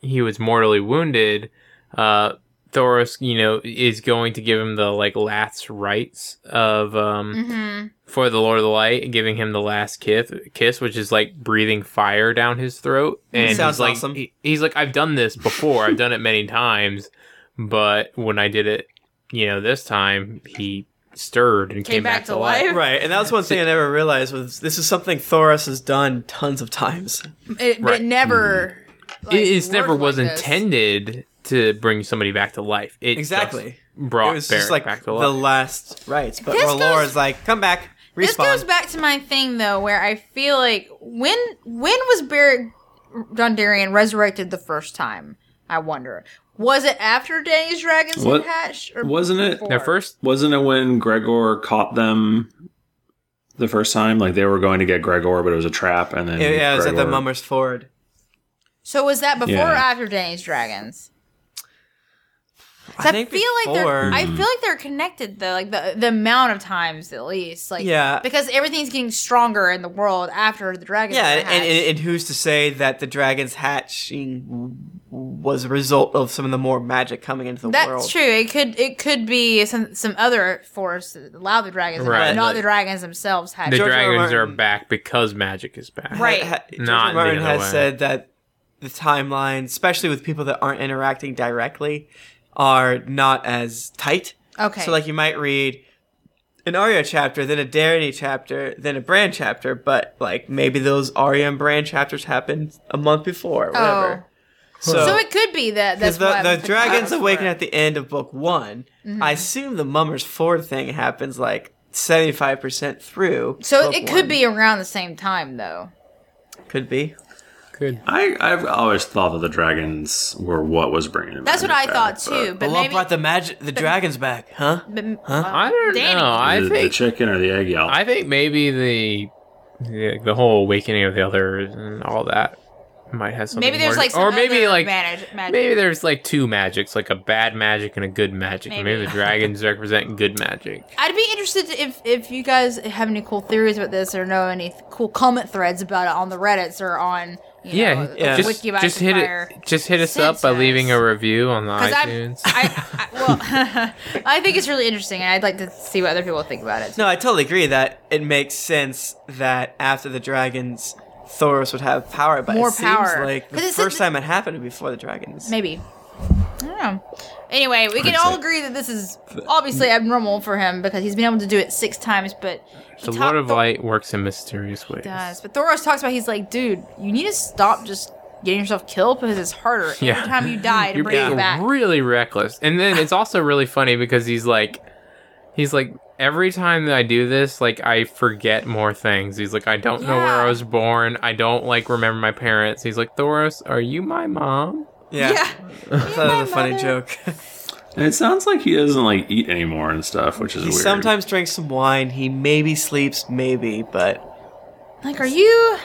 C: he was mortally wounded, uh, Thoros, you know, is going to give him the like last rites of um,
E: Mm-hmm.
C: for the Lord of the Light, giving him the last kiss, kiss, which is like breathing fire down his throat. And
D: Sounds
C: he's like,
D: awesome.
C: he- he's like, I've done this before. I've done it many times, but when I did it, you know, this time he stirred and came, back, to, life.
D: Right, and that was one thing I never realized was this is something Thoros has done tons of times.
E: It, But it
C: Right.
E: never. like,
C: It it's never
E: worked
C: was
E: like this.
C: intended to bring somebody back to life. It
D: Exactly.
C: just
D: It
C: brought
D: was
C: Beric
D: just like
C: back to
D: the
C: life.
D: last rites, but
E: This
D: R'hllor
E: goes-
D: is like, come back, respawn.
E: This goes back to my thing though, where I feel like when when was Beric Dondarrion resurrected the first time? I wonder. Was it after Danny's dragons had
B: What-
E: hatched? Or
B: wasn't it-
E: before?
C: now, first,
B: Wasn't it when Gregor caught them the first time? Like they were going to get Gregor, but it was a trap, and then
D: yeah, yeah, it was at the
B: Gregor-
D: Mummers Ford.
E: So was that before or
B: Yeah.
E: after Danny's dragons? So I,
D: think
E: feel like they're.
D: before-
E: I feel like they're connected though, like the the amount of times at least, like
D: Yeah.
E: because everything's getting stronger in the world after the dragons.
D: Yeah,
E: were
D: and, and,
E: hatched.
D: and who's to say that the dragon's hatching w- was a result of some of the more magic coming into the
E: that's
D: world?
E: true. It could it could be some some other force that allowed the dragons,
C: Right.
E: right. not the dragons themselves had.
C: the
D: George R.
C: dragons are
D: Martin.
C: back because magic is back.
E: Right.
D: Ha- ha- George
C: Not
D: R.
C: the
D: Martin
C: other
D: has
C: way.
D: said that the timelines, especially with people that aren't interacting directly, are not as tight.
E: Oh, okay.
D: So, like, you might read an Arya chapter, then a Darity chapter, then a Bran chapter, but like maybe those Arya and Bran chapters happened a month before, or
E: Oh.
D: whatever.
E: so, it could be that that's
D: Because
E: what
D: uh, the, the
E: happened to
D: dragons
E: Kylo's
D: awaken
E: work.
D: at the end of book one.
E: Mm-hmm.
D: I assume the Mummers Ford thing happens like seventy five percent through.
E: So
D: book
E: it could
D: one.
E: be around the same time though.
D: could be.
C: Could
B: I, I've always thought that the dragons were what was bringing it
E: That's what I
B: back,
E: thought
B: but-
E: too. But,
D: But what
E: maybe
D: brought the magic, the dragons back, huh?
E: but- uh,
C: I don't
E: Danny.
C: know. I
B: the, the
C: think
B: chicken or the egg yolk.
C: I think maybe the, the the whole awakening of the others and all that might have something.
E: maybe there's
C: more-
E: like some
C: or maybe
E: other
C: like
E: manage, magic.
C: maybe there's like two magics, like a bad magic and a good magic. Maybe,
E: Maybe.
C: the dragons represent good magic.
E: I'd be interested to- if if you guys have any cool theories about this or know any th- cool comment threads about it on the Reddits or on you
C: Yeah,
E: know,
D: yeah.
E: yeah.
C: just,
E: Wiki
C: just hit it. Just hit us up by
E: Send
C: leaving
E: us.
C: a review on the
E: Because I,
C: iTunes.
E: I, I, well, I think it's really interesting, and I'd like to see what other people think about it.
D: No, I totally agree that it makes sense that after the dragons, Thoros would have power, but
E: More
D: it seems
E: power.
D: like the
E: 'Cause it's-
D: first time it happened before the dragons.
E: Maybe. I don't know. Anyway, we can
B: I'd
E: all
B: say-
E: agree that this is obviously abnormal for him because he's been able to do it six times, but he
C: the
E: talked-
C: Lord of
E: Thor-
C: Light works in mysterious ways.
E: does. But Thoros talks about he's like, dude, you need to stop just getting yourself killed because it's harder
C: Yeah.
E: every time you die to
C: You're
E: bring
C: being
E: it back.
C: really reckless. And then it's also really funny because he's like, he's like, every time that I do this, like I forget more things. He's like, I don't know where I
E: Yeah.
C: was born. I don't like remember my parents. He's like, Thoros, are you my mom?
D: Yeah, I thought that was a
E: My
D: funny
E: mother-
D: joke.
B: And it sounds like he doesn't like eat anymore and stuff, which is
D: he
B: weird.
D: sometimes drinks some wine. He maybe sleeps, maybe, but
E: Like, are you?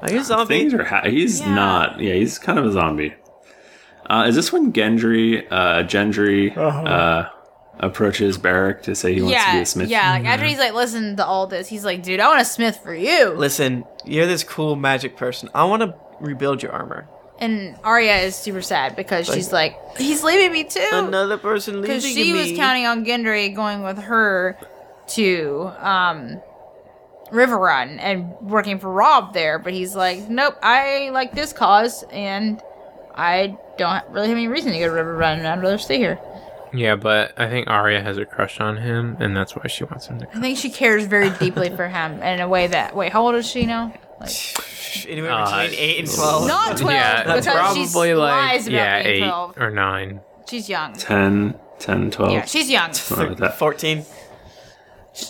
D: are you a zombie?
B: things are ha- he's
E: Yeah.
B: not. Yeah, he's kind of a zombie. Uh, is this when Gendry uh, Gendry
D: Uh-huh.
B: uh approaches Barrack to say he wants to be
E: yeah,
B: a smith?
E: yeah. Like,
C: Mm-hmm.
E: after he's like, listen to all this, he's like, dude, I want a smith for you.
D: Listen, you're this cool magic person. I want to rebuild your armor.
E: And Arya is super sad because
D: Like-
E: she's like, he's leaving me too.
D: Another person leaving
E: because she
D: me.
E: was counting on Gendry going with her to um, River Run and working for Rob there, but he's like, nope, I like this cause, and I don't really have any reason to go to River Run, and I'd rather stay here.
C: Yeah, but I think Arya has a crush on him, and that's why she wants him to.
E: I think she cares very deeply for him in a way that wait, how old is she now? Like
D: anywhere
C: Uh,
D: between eight and twelve.
E: not twelve,
C: yeah,
E: because
C: probably
E: she's
C: like
E: lies about
C: yeah,
E: being
C: eight
E: twelve.
C: or nine.
E: She's young.
B: 10, 10, 12.
E: Yeah, she's young.
B: Something like that.
D: Fourteen.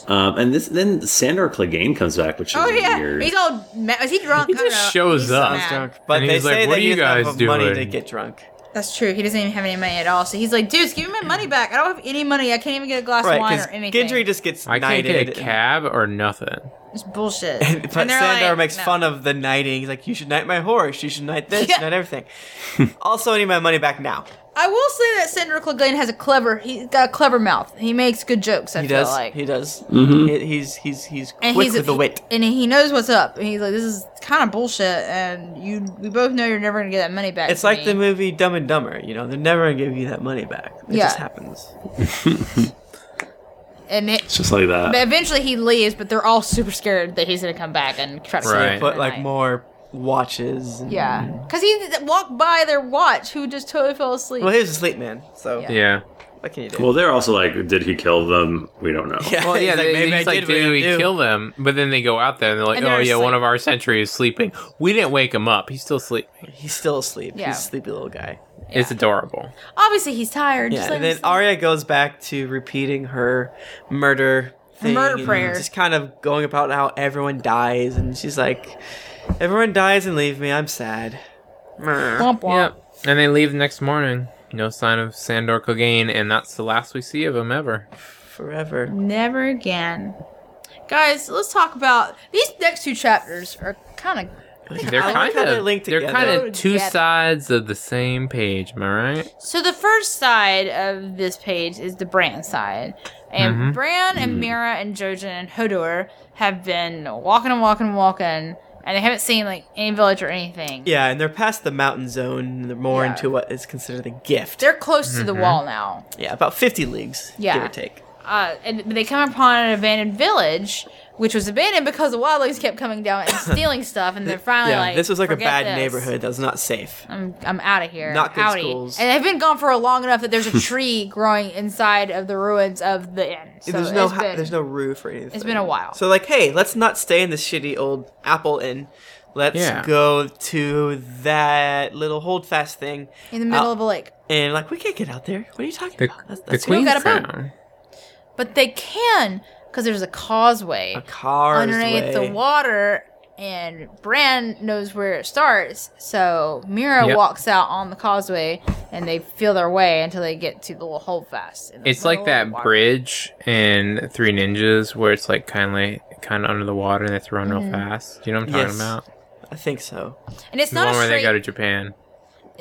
B: Um, and this then Sandor Clegane comes back, which is
E: Oh yeah,
B: weird.
E: he's all. Ma- is he drunk?
C: He
E: I don't
C: just
E: know.
C: shows
E: He's
C: up.
E: mad.
D: Drunk, but
C: And
D: they
C: he's like,
D: say
C: "What
D: that
C: are
D: he
C: you
D: doesn't have
C: guys
D: enough money to
C: doing?"
D: get drunk.
E: That's true. He doesn't even have any money at all. So he's like, dudes, give me my money back. I don't have any money. I can't even get a glass of
D: Right,
E: wine
D: because
E: or anything.
D: Gendry just gets
C: I can't
D: knighted.
C: get a cab or nothing.
E: it's bullshit.
D: And, but
E: And they're
D: Sandor
E: like,
D: makes
E: no.
D: fun of the knighting. He's like, "You should knight my horse. You should knight this.
E: Yeah.
D: Knight everything." also, I need my money back now.
E: I will say that Sandra Clegane has a clever. He's got a clever mouth. He makes good jokes. I
D: He
E: feel
D: does.
E: like.
D: He does.
C: Mm-hmm.
D: He- he's he's he's
E: and
D: quick
E: he's
D: with the wit.
E: and he knows what's up. And he's like, this is kind of bullshit. And you, we both know you're never gonna get that money back.
D: It's
E: from
D: like the
E: me.
D: movie Dumb and Dumber. You know, they're never gonna give you that money back. It
E: Yeah.
D: just happens.
E: And it,
B: It's just like that.
E: but eventually he leaves, but they're all super scared that he's gonna come back and try to steal
C: Right.
E: them
D: But
E: at
D: like
E: night.
D: more watches. And,
E: Yeah, because he th- walked by their watch, who just totally fell asleep.
D: Well, he was a sleep man, so
C: Yeah.
D: what can you do?
B: well, they're also like, did he kill them? We don't know.
C: Well, yeah,
D: he's
C: they,
D: maybe
C: they-
D: I
C: it's like,
D: what
C: did
D: I
C: we
D: do.
C: kill them? But then they go out there and they're like,
E: And
C: oh,
E: they're
C: yeah, one
E: asleep.
C: of our sentry is sleeping. We didn't wake him up. He's still sleeping.
D: He's still asleep.
E: Yeah.
D: He's a sleepy little guy.
C: It's adorable.
E: Obviously, he's tired.
D: Yeah,
E: just let
D: and
E: him
D: then
E: sleep.
D: Arya goes back to repeating her murder thing
E: Murder
D: and
E: prayer.
D: just kind of going about how everyone dies, and she's like, "Everyone dies and leave me. I'm sad."
E: Womp womp.
C: Yeah. And they leave the next morning. No sign of Sandor Clegane, and that's the last we see of him ever.
D: Forever.
E: Never again. Guys, let's talk about these next two chapters are kind of
C: They're
D: I like
C: kind
D: how they're
C: of
D: linked
C: they're
D: together.
C: kind
E: Go
C: of two
E: together.
C: sides of the same page. Am I right?
E: So the first side of this page is the Bran side, and
D: Mm-hmm.
C: Mhm.
E: Bran and Mira and Jojen and Hodor have been walking and walking and walking, and they haven't seen like any village or anything.
D: Yeah, and they're past the mountain zone. And they're more
E: Yeah.
D: into what is considered the gift.
E: They're close to
D: Mm-hmm.
E: the wall now,
D: Yeah, about fifty leagues, give
E: Yeah.
D: or take.
E: uh, and but they come upon an abandoned village, which was abandoned because the wildlings kept coming down and stealing stuff, and they're finally
D: yeah,
E: like,
D: this was like a
E: "Forget
D: bad
E: this.
D: neighborhood that was not safe.
E: I'm I'm out of here.
D: Not good
E: Outie.
D: schools.
E: And they've been gone for long enough that there's a tree growing inside of the ruins of the inn. So
D: there's no
E: it's
D: ha-
E: been-
D: there's no roof or anything.
E: it's been a while.
D: So like, hey, let's not stay in this shitty old Apple Inn. Let's
C: Yeah.
D: go to that little holdfast thing.
E: in the middle
D: out-
E: of a lake.
D: and like we can't get out there. What are you talking
C: The,
D: about? That's,
C: the
D: that's
C: Queen's
E: got a boat.
C: Crown.
E: But they can because there's a causeway
D: a car
E: underneath the water, and Bran knows where it starts. So Mira
C: Yep.
E: walks out on the causeway, and they feel their way until they get to the little holdfast. in the
C: It's
E: middle
C: like
E: of
C: that
E: the water.
C: bridge in Three Ninjas where it's like kind of like, kind of under the water and they throw in real fast. Do you know what I'm talking
D: Yes.
C: about?
D: I think so.
E: and Mm-hmm. it's
C: the one
E: not a
C: where they go
E: straight.
C: to Japan.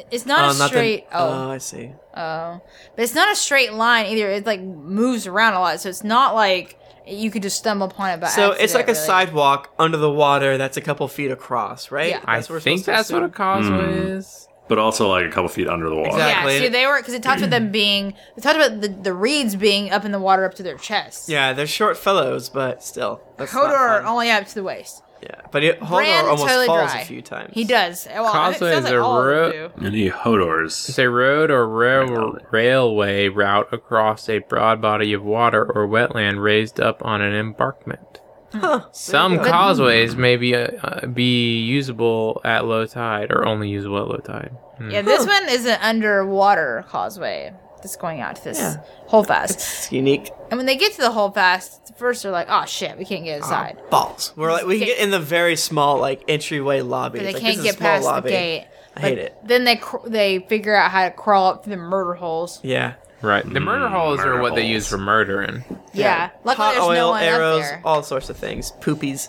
E: It's not
D: Oh,
E: a
D: the-
E: straight.
D: oh,
E: oh,
D: I see.
E: oh, but it's not a straight line either. It like moves around a lot, so it's not like you could just stumble upon it. By
D: So it's
E: accident,
D: like a
E: really.
D: sidewalk under the water that's a couple feet across, right?
E: Yeah.
D: That's
C: I
D: what we're
C: think
D: supposed to
C: that's what a
D: assume.
C: causeway
B: Hmm.
C: is.
B: but also like a couple feet under the water.
D: Exactly.
E: Yeah, see, they were because it talked about them being. It talked about the, the reeds being up in the water up to their chests.
D: Yeah, they're short fellows, but still. That's not
E: Hodor
D: fun.
E: only up to the waist.
D: Yeah, but it, Hodor
E: Bran
D: almost
E: totally
D: falls
E: dry.
D: a few times.
E: He does. Well, I think it
C: Causeway
E: sounds
C: is
E: like
C: a
E: all of them
C: ro-
E: do.
B: Any Hodors.
C: It's a road or rail-
B: Railway.
C: railway route across a broad body of water or wetland raised up on an embankment.
D: Huh.
C: Some
D: There you go.
C: causeways may be, uh, uh, be usable at low tide or only usable at low tide. Hmm.
E: Yeah, this one is an underwater causeway that's going out to this
D: Yeah.
E: holdfast.
D: It's unique.
E: And when they get to the holdfast, first they're like, "Oh shit, we can't get
D: Ah,
E: inside."
D: Balls. We're like we can get in the very small like entryway lobby.
E: but they
D: It's like, this
E: can't
D: is a
E: get
D: small
E: past
D: lobby.
E: the gate.
D: I
E: But
D: hate it.
E: Then they cr- they figure out how to crawl up through the murder holes.
D: Yeah.
C: Right. The murder halls
B: Hmm, murder
C: are what they
B: halls.
C: use for murdering.
E: Yeah. Luckily,
D: Hot
E: there's
D: oil,
E: no one
D: arrows,
E: up there.
D: all sorts of things. Poopies.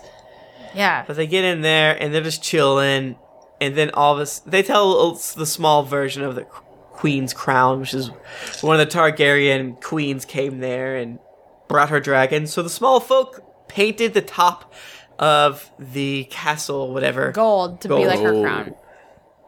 E: yeah.
D: But they get in there and they're just chilling, and then all of us they tell us the small version of the queen's crown, which is one of the Targaryen queens came there and brought her dragon. So the small folk painted the top of the castle, whatever.
E: Gold to be like her
D: Gold.
E: crown.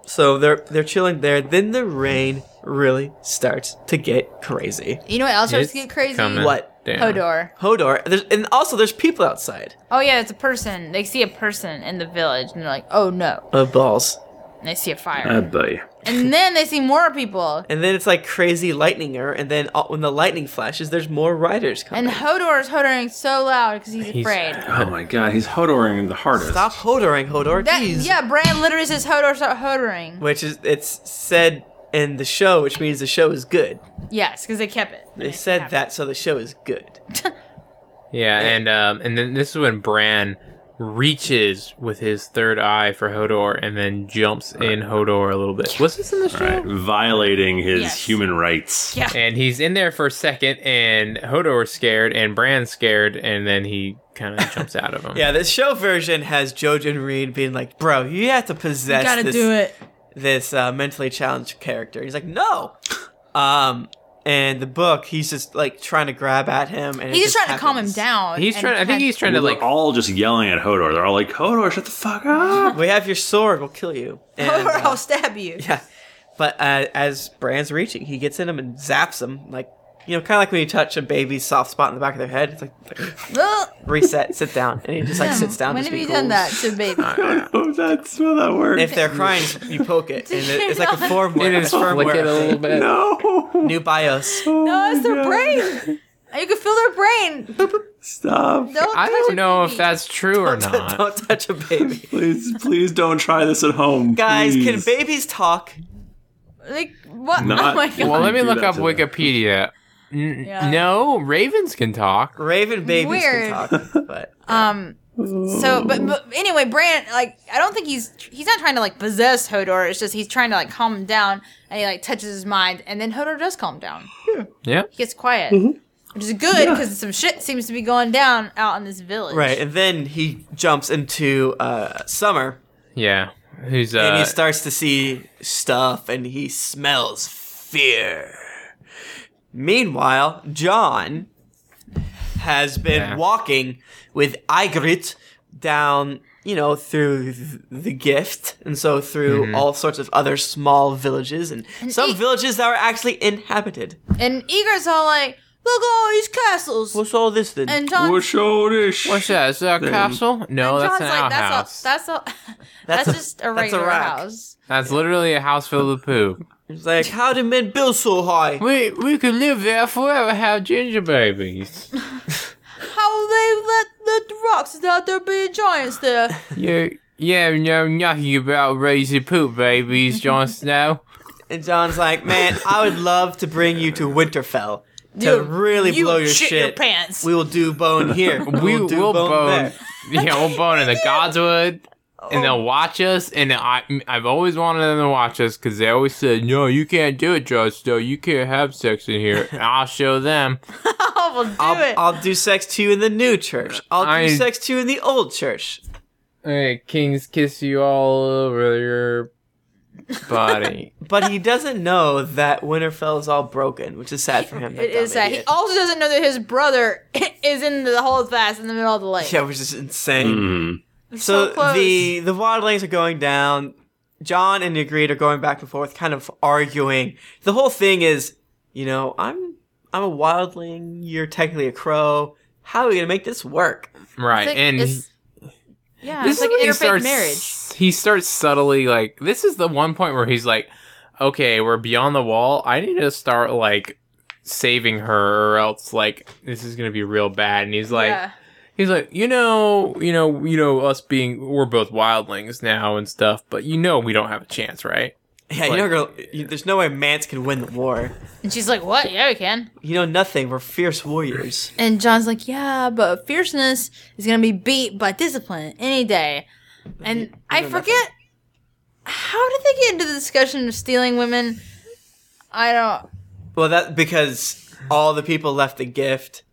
D: So they're they're chilling there. Then the rain really starts to get crazy.
E: You know what else starts
C: It's
E: to get crazy?
C: coming
D: What?
C: down.
E: Hodor.
D: Hodor, there's, and also there's people outside.
E: Oh yeah, it's a person. They see a person in the village, and they're like, "Oh no!"
D: Uh, balls.
E: And they see a fire,
B: Ah, boy.
E: and then they see more people.
D: And then it's like crazy lightning her, and then all, when the lightning flashes, there's more riders coming.
E: And Hodor is hodoring so loud because he's,
C: He's-
E: afraid.
B: Oh my god, he's Hodoring the hardest.
D: Stop hodoring, Hodor.
E: That
D: Jeez.
E: yeah, Bran literally says Hodor start hodoring.
D: Which is it's said in the show, which means the show is good.
E: Yes, because they kept it.
D: They said that, so the show is good.
C: Yeah, and um, and then this is when Bran reaches with his third eye for Hodor and then jumps in Hodor a little bit. Was this in the show?
B: Right. Violating his
E: Yes.
B: human rights.
E: Yeah.
C: And he's in there for a second, and Hodor's scared, and Bran's scared, and then he kind of jumps out of him.
D: Yeah, the show version has Jojen Reed being like, "Bro, you have to possess
E: gotta
D: this,
E: do it.
D: this uh, mentally challenged character." He's like, "No." Um, and the book, he's just like trying to grab at him, and it
E: He's just trying to calm him
D: happens.
E: down.
C: He's
E: and
C: trying. I think
E: kinda-
C: he's trying
B: And
C: to
B: they're
C: like.
B: all just yelling at Hodor. They're all like, Hodor, shut the fuck up.
D: We have your sword. We'll kill you. And,
E: Hodor,
D: uh,
E: I'll stab you.
D: Yeah, but uh, as Bran's reaching, he gets in him and zaps him, like you know, kind of like when you touch a baby's soft spot in the back of their head. It's like
E: Ugh.
D: reset, sit down, and he just like sits down.
E: When
D: just
E: have you
D: being
E: done that
D: cool.
E: to baby?
B: oh, that's how that works.
D: If they're crying, you poke it, and it, it's like a firmware.
C: It is flick it a little bit.
B: no.
D: New BIOS.
E: No, it's
B: Oh,
E: their brain. You can feel their brain.
B: Stop.
E: Don't
C: I
E: touch
C: don't
E: a
C: know if
E: baby.
C: that's true or not.
D: Don't touch a baby.
B: Please, please don't try this at home.
D: Guys, can
B: please.
D: babies talk?
E: like what.
B: Not-
E: oh my god.
C: Well, let me
B: Do
C: look
B: that
C: up
B: to them.
C: Wikipedia. N-
E: Yeah.
C: No, ravens can talk.
D: Raven babies
E: Weird.
D: can talk, but
E: Um. So, but, but anyway, Bran, like, I don't think he's he's not trying to like possess Hodor. It's just he's trying to like calm him down, and he like touches his mind, and then Hodor does calm down.
C: Yeah.
E: He gets quiet, which is good because some shit seems to be going down out in this village.
D: right. And then he jumps into uh, Summer,
C: Yeah. Who's uh?
D: and he starts to see stuff and he smells fear. Meanwhile, John has been
C: Yeah.
D: walking with Igrit down, you know, through th- the gift and so through
C: Mm-hmm.
D: all sorts of other small villages and, some
E: he-
D: villages that are actually inhabited.
E: And Igor's all like, "Look at all these castles."
D: What's all this then?
E: and John,
B: We'll show this.
C: what's that? Is that a
B: Then-
C: castle?
D: Oh,
C: No,
E: John's
C: that's an
E: like,
C: outhouse. That's,
E: that's a, that's a, that's,
D: That's a-
E: just a
D: that's a
E: regular
D: rack.
E: house.
C: literally a house filled with poo.
D: It's like, how do men build so high?
C: We we could live there forever. Have ginger babies.
E: How they let the rocks out there be giants there?
C: Yeah, yeah, you know nothing about raising poop babies, Jon Snow.
D: And John's like, man, I would love to bring you to Winterfell to
E: You-
D: really
E: you
D: blow your
E: shit
D: shit.
E: your pants.
D: We will do bone here.
C: We will
D: do
C: bone.
D: there.
C: Yeah, we'll bone in the Godswood. And they'll watch us, and I, I've always wanted them to watch us because they always said, "No, you can't do it, Jon Snow. You can't have sex in here." And I'll show them.
E: I will do it.
D: I'll, I'll do sex to you in the new church. I'll do
C: I-
D: sex to you in the old church.
C: Hey, kings kiss you all over your body.
D: But he doesn't know that Winterfell is all broken, which is sad for him.
E: it is that he also doesn't know that his brother is in the hold fast in the middle of the lake.
D: yeah, which is
C: Mm.
D: insane.
B: Mhm.
D: So,
E: so close.
D: the the wildlings are going down. John and Ygritte are going back and forth, kind of arguing. The whole thing is, you know, I'm I'm a wildling. You're technically a crow. How are we gonna make this work?
C: right,
E: It's like-
C: and
E: it's- yeah,
C: this
E: it's
C: is
E: like
C: when he
E: interfaith
C: starts,
E: marriage.
C: He starts subtly like this is the one point where he's like, "Okay, we're beyond the wall. I need to start like saving her, or else like this is gonna be real bad." And he's like,
E: yeah.
C: "He's like, you know, you know, you know, us being we're both wildlings now and stuff, but you know we don't have a chance, right?"
D: Yeah,
C: Like-
D: you know, you, there's no way Mance can win the war.
E: and she's like, "What? Yeah, we can."
D: You know nothing. We're fierce warriors.
E: And John's like, "Yeah, but fierceness is gonna be beat by discipline any day." And I
D: know
E: forget how did they get into the discussion of stealing women. I don't.
D: Well, that because all the people left the gift,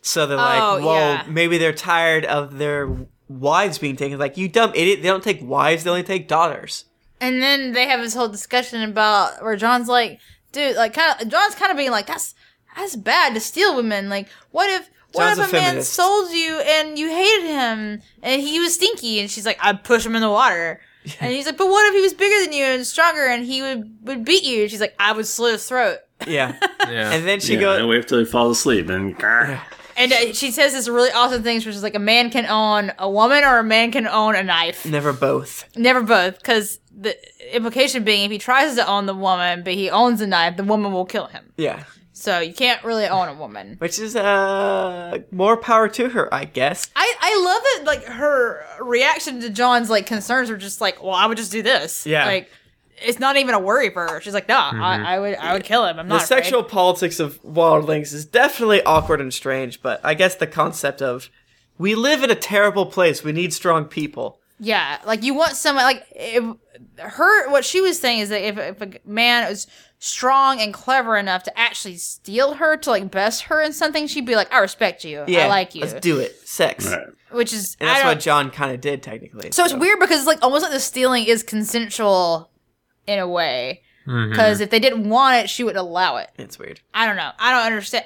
D: so they're like,
E: Oh,
D: "Whoa,
E: yeah.
D: maybe they're tired of their wives being taken." Like, you dumb idiot! They don't take wives; they only take daughters.
E: And then they have this whole discussion about where John's like, "Dude, like, kind of." John's kind of being like, "That's that's bad to steal women. Like, what if?" What
D: John's
E: if
D: a
E: a, man
D: feminist.
E: sold you and you hated him and he was stinky and she's like, I'd push him in the water. And he's like, But what if he was bigger than you and stronger and he would, would beat you? And she's like, I would slit his throat.
D: Yeah,
C: Yeah.
D: and then she
B: yeah, and
D: goes,
B: wait till he falls asleep. Then
E: And uh, she says this really awesome thing, which is like a man can own a woman or a man can own a knife.
D: "Never both."
E: Never both, because the implication being if he tries to own the woman but he owns a knife, the woman will kill him.
D: Yeah,
E: So you can't really own a woman.
D: which is uh more power to her, I guess.
E: I, I love that like her reaction to John's like concerns were just like, well, I would just do this.
D: Yeah. Mm-hmm.
E: Like it's not even a worry for her. She's like, nah, I, I would I would kill him. I'm
D: The
E: not afraid."
D: sexual politics of wildlings is definitely awkward and strange, but I guess the concept of we live in a terrible place. We need strong people.
E: Yeah, like you want someone like if her. What she was saying is that if, if a man was strong and clever enough to actually steal her to like best her in something, she'd be like, "I respect you. I like you."
D: Let's do it. Sex.
B: Right.
E: Which is
D: And
E: I
D: that's
E: don't-
D: what John kind of did technically.
E: so it's weird because it's like almost like the stealing is consensual in a way.
D: Mm-hmm.
E: Because if they didn't want it, she would allow it.
D: It's weird.
E: I don't know. I don't understand.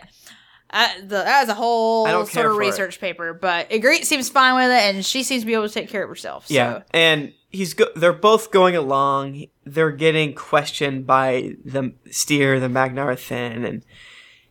E: I, the, that is a whole
D: I don't care
E: sort of
D: for it.
E: research paper, but Igrit seems fine with it, and she seems to be able to take care of herself.
D: Yeah.
E: so.
D: And he's go- they're both going along. They're getting questioned by the steer, the Magnarthin, and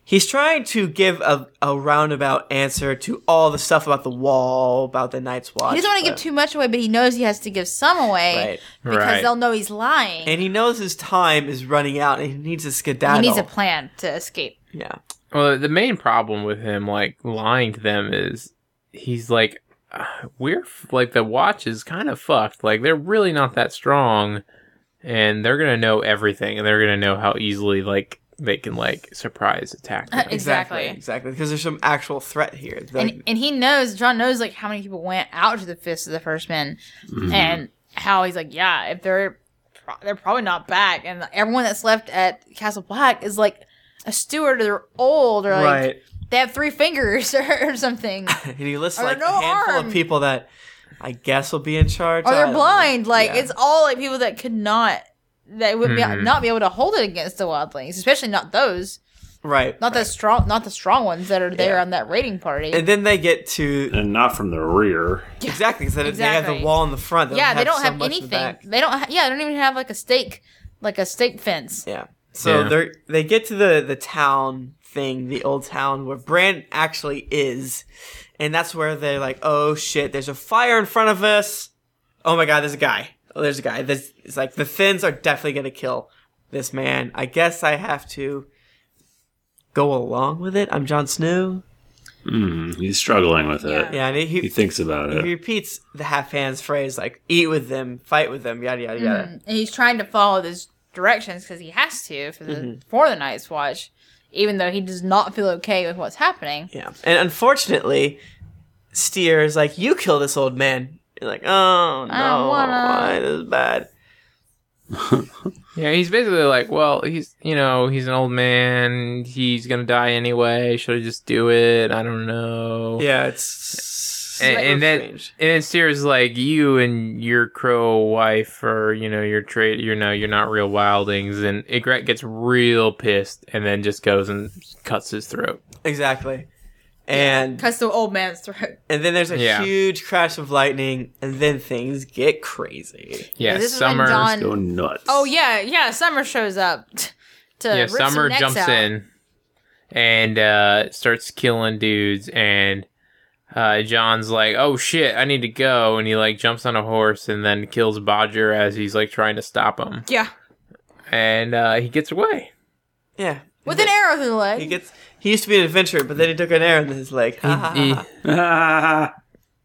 D: he's trying to give a, a roundabout answer to all the stuff about the wall, about the Night's Watch.
E: He doesn't want to give
D: but-
E: too much away, but he knows he has to give some away
D: Right.
E: because
C: Right.
E: they'll know he's lying.
D: And he knows his time is running out, and he needs a skedaddle.
E: he needs a plan to escape.
D: yeah.
C: Well, the main problem with him, like lying to them, is he's like, uh, we're f- like the watch is kind of fucked. Like they're really not that strong, and they're gonna know everything, and they're gonna know how easily like they can like surprise attack. them.
E: exactly.
D: Exactly. Because there's some actual threat here. The-
E: And, and he knows, John knows, like, how many people went out to the Fist of the First Men
D: Mm-hmm.
E: and how he's like, yeah, if they're, pro- they're probably not back. And everyone that's left at Castle Black is like a steward or they're old or like,
D: right.
E: they have three fingers or, or something.
D: And he lists
E: Are there
D: like
E: no
D: a handful
E: arm?
D: of people that I guess will be in charge.
E: Or
D: I
E: Oh, they're
D: don't know.
E: blind. Like
D: Yeah. Mm-hmm.
E: it's all like people that could not that would
C: Mhm.
E: be, not be able to hold it against the wildlings, especially not those,
D: right.
E: not the strong, not the strong ones that are there on that raiding party.
D: And then they get to
B: and not from the rear.
D: exactly because they have the
E: Exactly.
D: wall in the front.
E: yeah, they don't
D: so
E: have
D: much in the
E: anything.
D: back.
E: They don't. Ha- yeah, they don't even have like a stake, like a stake fence.
D: Yeah. So
C: Yeah.
D: they're they get to the the town thing, the old town where Bran actually is, and that's where they're like, oh shit, there's a fire in front of us. Oh my god, there's a guy. Oh, there's a guy. This it's like the Finns are definitely gonna kill this man. I guess I have to go along with it. I'm Jon Snow. Mm-hmm.
B: Mm, he's struggling with it.
D: Yeah, and he,
B: He thinks about
D: he
B: it.
D: repeats the half hands phrase like eat with them, fight with them, yada yada yada.
E: And he's trying to follow those directions because he has to for the for the Night's Watch, even though he does not feel okay with what's happening.
D: Yeah. And unfortunately, Steer is like, You kill this old man. You're like, Oh, no.
E: wanna."
D: Why? This is bad.
C: Yeah, he's basically like, well, he's you know, he's an old man. He's gonna die anyway. Should I just do it? I don't know.
D: Yeah, it's.
C: And,
D: it's
C: and then and
D: strange.
C: then Sears like you and your crow wife or you know your trade you know you're not real wildings and Egret gets real pissed and then just goes and cuts his throat.
D: Exactly. And
E: Cuts the old man's throat.
D: and then there's a
C: Yeah.
D: huge crash of lightning, and then things get crazy.
C: Yeah,
E: This is when
C: Summer.
E: John-
B: Go nuts.
E: Oh yeah, yeah. Summer shows up t- to
C: yeah,
E: rip uh, some
C: Summer
E: necks
C: jumps
E: out.
C: in and uh, starts killing dudes, and uh, John's like, "Oh shit, I need to go," and he like jumps on a horse and then kills Bodger as he's like trying to stop him,
E: Yeah,
C: and uh, he gets away.
D: Yeah.
E: with an arrow through the leg.
D: He gets. He used to be an adventurer, but then he took an arrow in his leg. Ha, ha, ha,
C: He,
D: ha.
B: Ah.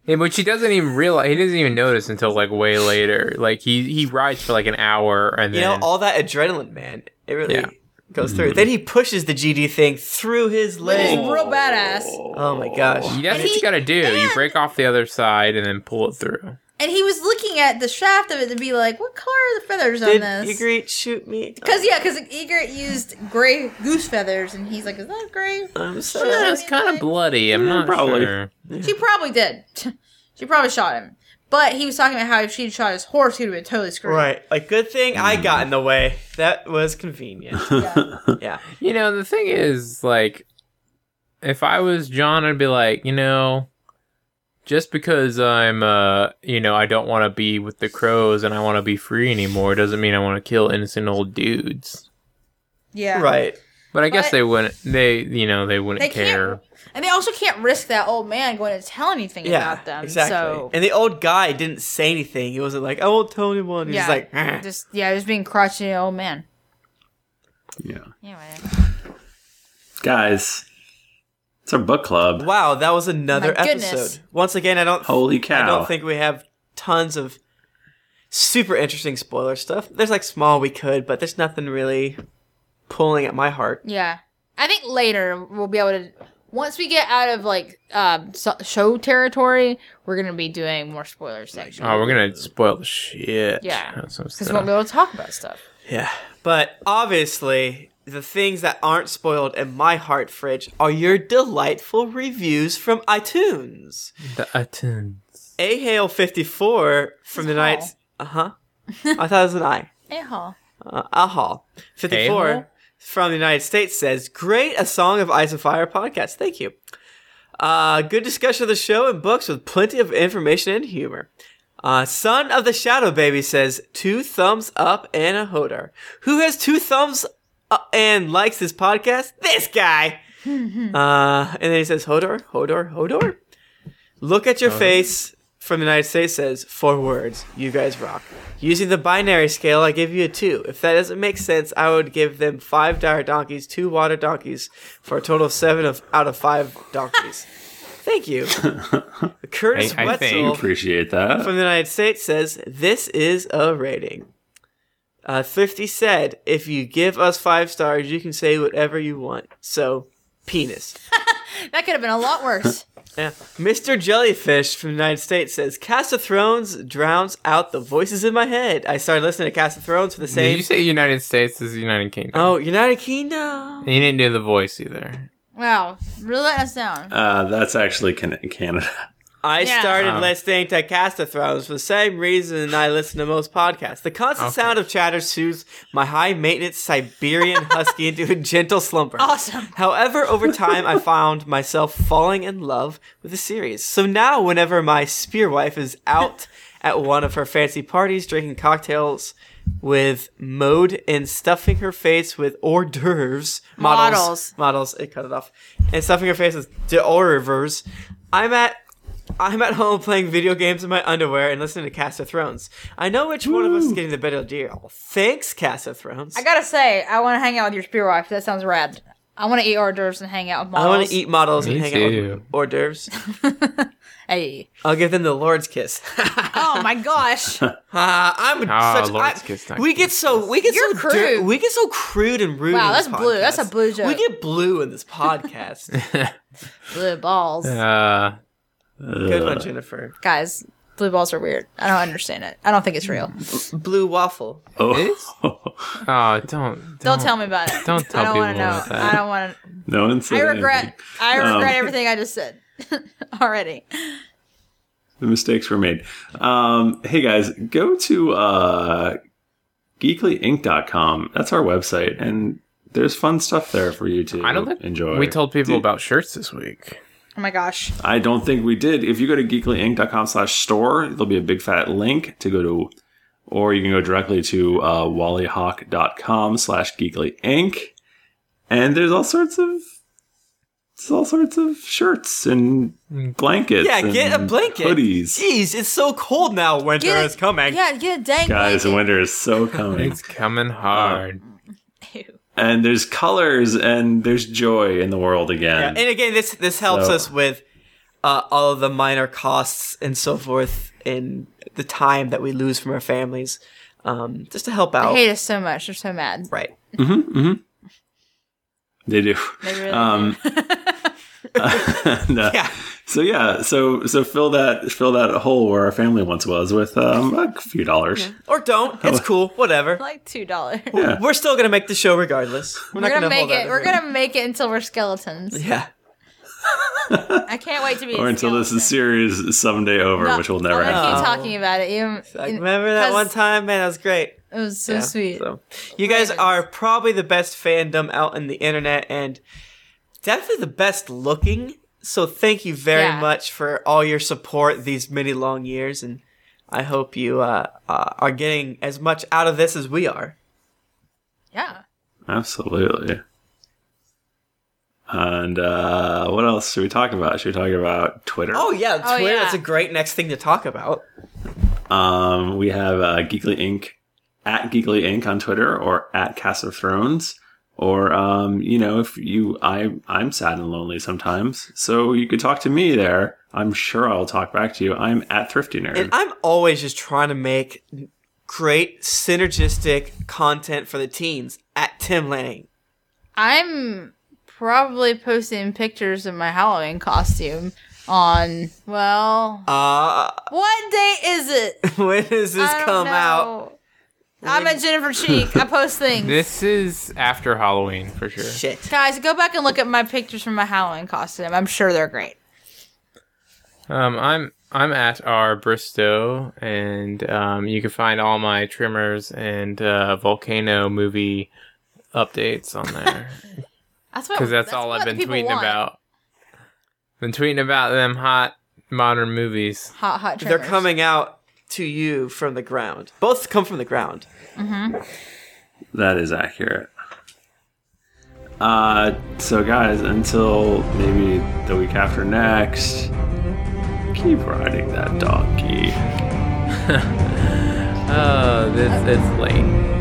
C: and which he doesn't even realize. He doesn't even notice until like way later. Like he he rides for like an hour, and
D: you know,
C: then
D: all that adrenaline, man. It really
C: Yeah.
D: goes through. Then he pushes the GD thing through his
E: He's
D: leg.
E: real badass.
D: Oh my gosh.
C: that's what you
E: he-
C: gotta do. you
E: and-
C: break off the other side and then pull it through.
E: And he was looking at the shaft of it to be like, what color are the feathers
D: Did
E: on this?
D: Ygritte shoot me?
E: Because, yeah, because Egret used gray goose feathers, and he's like, is that gray?
D: I'm
E: Sure.
D: sorry.
C: It's kind of bloody. I'm not
B: probably.
C: sure.
E: She probably did. she probably shot him. But he was talking about how if she'd shot his horse, he would have been totally screwed.
D: Right. Like, good thing I got in the way. That was convenient. yeah.
C: You know, the thing is, like, if I was John, I'd be like, you know, just because I'm, uh, you know, I don't want to be with the crows and I want to be free anymore doesn't mean I want to kill innocent old dudes.
E: Yeah.
D: Right.
C: But I guess
E: But-
C: they wouldn't. They, you know, they wouldn't
E: They
C: care.
E: can't. And they also can't risk that old man going to tell anything
D: Yeah.
E: about them.
D: exactly.
E: So.
D: And the old guy didn't say anything. He wasn't like, I won't tell anyone. He's
E: yeah.
D: was like, "Eh."
E: just, yeah, just being crotchety old man.
B: Yeah.
E: Anyway.
B: Guys, it's our book club.
D: wow, that was another
E: My
D: episode.
E: goodness.
D: Once again, I don't,
B: Holy cow.
D: I don't think we have tons of super interesting spoiler stuff. There's like small we could, but there's nothing really pulling at my heart.
E: Yeah, I think later we'll be able to. Once we get out of like um, so- show territory, we're gonna be doing more spoiler section
C: Oh, we're gonna spoil the shit.
E: Yeah.
C: That's some
E: because
C: stuff.
E: we won't be able to talk about stuff.
D: Yeah. But obviously, the things that aren't spoiled in my heart fridge are your delightful reviews from iTunes.
C: The iTunes.
D: A Hail 54 from the night. Uh huh. I thought it was an I.
E: Anyhow,
D: Uh, Ahal. 54
C: A-Hall?
D: from the United States says, Great, a song of Ice and Fire podcast. Thank you. Uh, good discussion of the show and books with plenty of information and humor. Uh, Son of the Shadow Baby says, Two thumbs up and a hodor. Who has two thumbs up and likes this podcast? This guy! uh, and then he says, Hodor, Hodor, Hodor. Look at your face from the United States says four words. You guys rock. Using the binary scale, I give you a two. If that doesn't make sense, I would give them five dire donkeys, two water donkeys, for a total of seven of out of five donkeys. Thank you. Curtis
C: I- I think-
D: Wetzel
B: Appreciate that.
D: from the United States says, This is a rating. Uh, Thrifty said, If you give us five stars, you can say whatever you want. So, penis.
E: that could have been a lot worse.
D: Yeah. Mr. Eh. Jellyfish from the United States says, Cast of Thrones drowns out the voices in my head. I started listening to Cast of Thrones for the
C: Did
D: same.
C: you say United States is United Kingdom?
D: oh, United
E: Oh.
D: Kingdom.
C: He didn't do the voice either.
E: wow, really let us down.
B: Uh, that's actually Can- Canada.
D: I
E: Yeah.
D: started
C: Um.
D: listening to Cast of Thrones for the same reason I listen to most podcasts. The constant
C: Okay.
D: sound of chatter soothes my high maintenance Siberian husky into a gentle slumber.
E: Awesome.
D: However, over time, I found myself falling in love with the series. So now, whenever my spear wife is out at one of her fancy parties drinking cocktails with mode and stuffing her face with hors d'oeuvres, models,
E: Models.
D: models, it cut it off, and stuffing her face with hors d'oeuvres, I'm at I'm at home playing video games in my underwear and listening to Cast of Thrones. I know which one of us is getting the better deal. Thanks, Cast of Thrones.
E: I gotta say, I want to hang out with your spear wife. That sounds rad. I want to eat hors d'oeuvres and hang out with
D: I
E: models.
D: want to eat models
C: Me
D: and hang out
C: too.
D: with hors d'oeuvres.
E: Hey.
D: I'll give them the Lord's kiss.
E: Oh my gosh.
D: Ah, I'm
C: Ah,
D: such.
C: Lord's
D: I-
C: kiss, not
D: we
C: kiss.
D: get so we get
E: You're
D: so dir-
E: crude.
D: we get so crude and rude.
E: Wow,
D: in this
E: that's blue. That's a
D: podcast.
E: blue joke.
D: We get blue in this podcast.
E: blue balls.
C: Uh,
D: Good
B: Uh,
D: one, Jennifer.
E: Guys, blue balls are weird. I don't understand it. I don't think it's real.
D: Blue waffle.
B: Oh.
C: oh, don't, don't
E: Don't tell me about it.
C: Don't
E: I
C: tell
E: don't wanna
C: people
E: know.
C: about that.
E: I don't want to.
B: no one said
E: I regret.
B: anything.
E: I
B: Um,
E: regret everything I just said already.
B: the mistakes were made. Um, hey guys, go to uh, geeklyinc.com. That's our website, and there's fun stuff there for you to
C: I don't think
B: enjoy.
C: we told people
B: Dude,
C: about shirts this week.
E: Oh my gosh.
B: I don't think we did. If you go to geeklyinc.com slash store, there'll be a big fat link to go to, or you can go directly to uh, wallyhawk.com slash geeklyinc. And there's all sorts of there's all sorts of shirts and blankets.
D: Yeah, get a
B: and
D: blanket.
B: Hoodies.
D: Jeez, it's so cold now. Winter
E: Get it-
D: is coming.
E: Yeah, get a dang
B: Guys,
E: blanket.
B: winter is so coming.
C: It's coming
B: Oh.
C: hard.
E: Ew.
B: and there's colors and there's joy in the world
D: Yeah,
B: again.
D: And again, this this helps
B: So-
D: us with uh, all of the minor costs and so forth, and the time that we lose from our families, um, just to help
E: I
D: out.
E: hate us so much. They're so mad.
D: Right.
B: they do.
E: They really
B: Um, and, uh,
D: Yeah.
B: So yeah, so so fill that fill that hole where our family once was with um, a few dollars.
D: Or don't. It's cool. Whatever.
E: like two dollars.
B: Yeah.
D: We're still gonna make the show regardless. We're,
E: We're
D: not
E: gonna make
D: hold out
E: it. We're
D: again.
E: gonna make it until we're skeletons.
D: Yeah.
E: I can't wait to be. a
B: Or until this
E: skeleton.
B: is series someday over,
E: No,
B: which will never
E: I'm gonna
B: happen.
E: keep
D: happen.
E: talking about it. Even,
D: Like,
E: in-
D: remember that
E: 'cause
D: one time, man? That was great.
E: It was so
D: Yeah,
E: sweet.
D: So, you guys
E: Ravens.
D: are probably the best fandom out in the internet, and definitely the best looking. So thank you very
E: Yeah.
D: much for all your support these many long years, and I hope you uh, uh, are getting as much out of this as we are.
E: Yeah.
B: Absolutely. And uh, what else should we talk about? Should we talk about Twitter?
D: Oh yeah, Twitter.
E: Oh, yeah.
D: That's a great next thing to talk about.
B: Um, we have uh, Geekly Inc. at Geekly Inc. on Twitter or at Cast of Thrones. Or um, you know, if you I I'm sad and lonely sometimes. So you could talk to me there. I'm sure I'll talk back to you. I'm at Thrifty Nerd.
D: And I'm always just trying to make great synergistic content for the teens at Tim Lanning.
E: I'm probably posting pictures of my Halloween costume on. Well,
D: Uh,
E: what day is it?
D: when does this
E: I don't
D: come out?
E: know. I'm at Jennifer Cheek. I post things.
C: This is after Halloween for sure.
D: Shit.
E: Guys, go back and look at my pictures from my Halloween costume. I'm sure they're great.
C: Um, I'm I'm at our Bristow, and um, you can find all my trimmers and uh, volcano movie updates on there
E: That's what.
C: because that's, all I've
E: what
C: been
E: people
C: tweeting
E: want.
C: about. Been tweeting about them hot modern movies.
E: Hot, hot.
D: They're
E: Trimmers.
D: coming out to you from the ground. Both come from the ground.
B: That is accurate. Uh, so guys, until maybe the week after next, keep riding that donkey.
C: Oh, this it's late.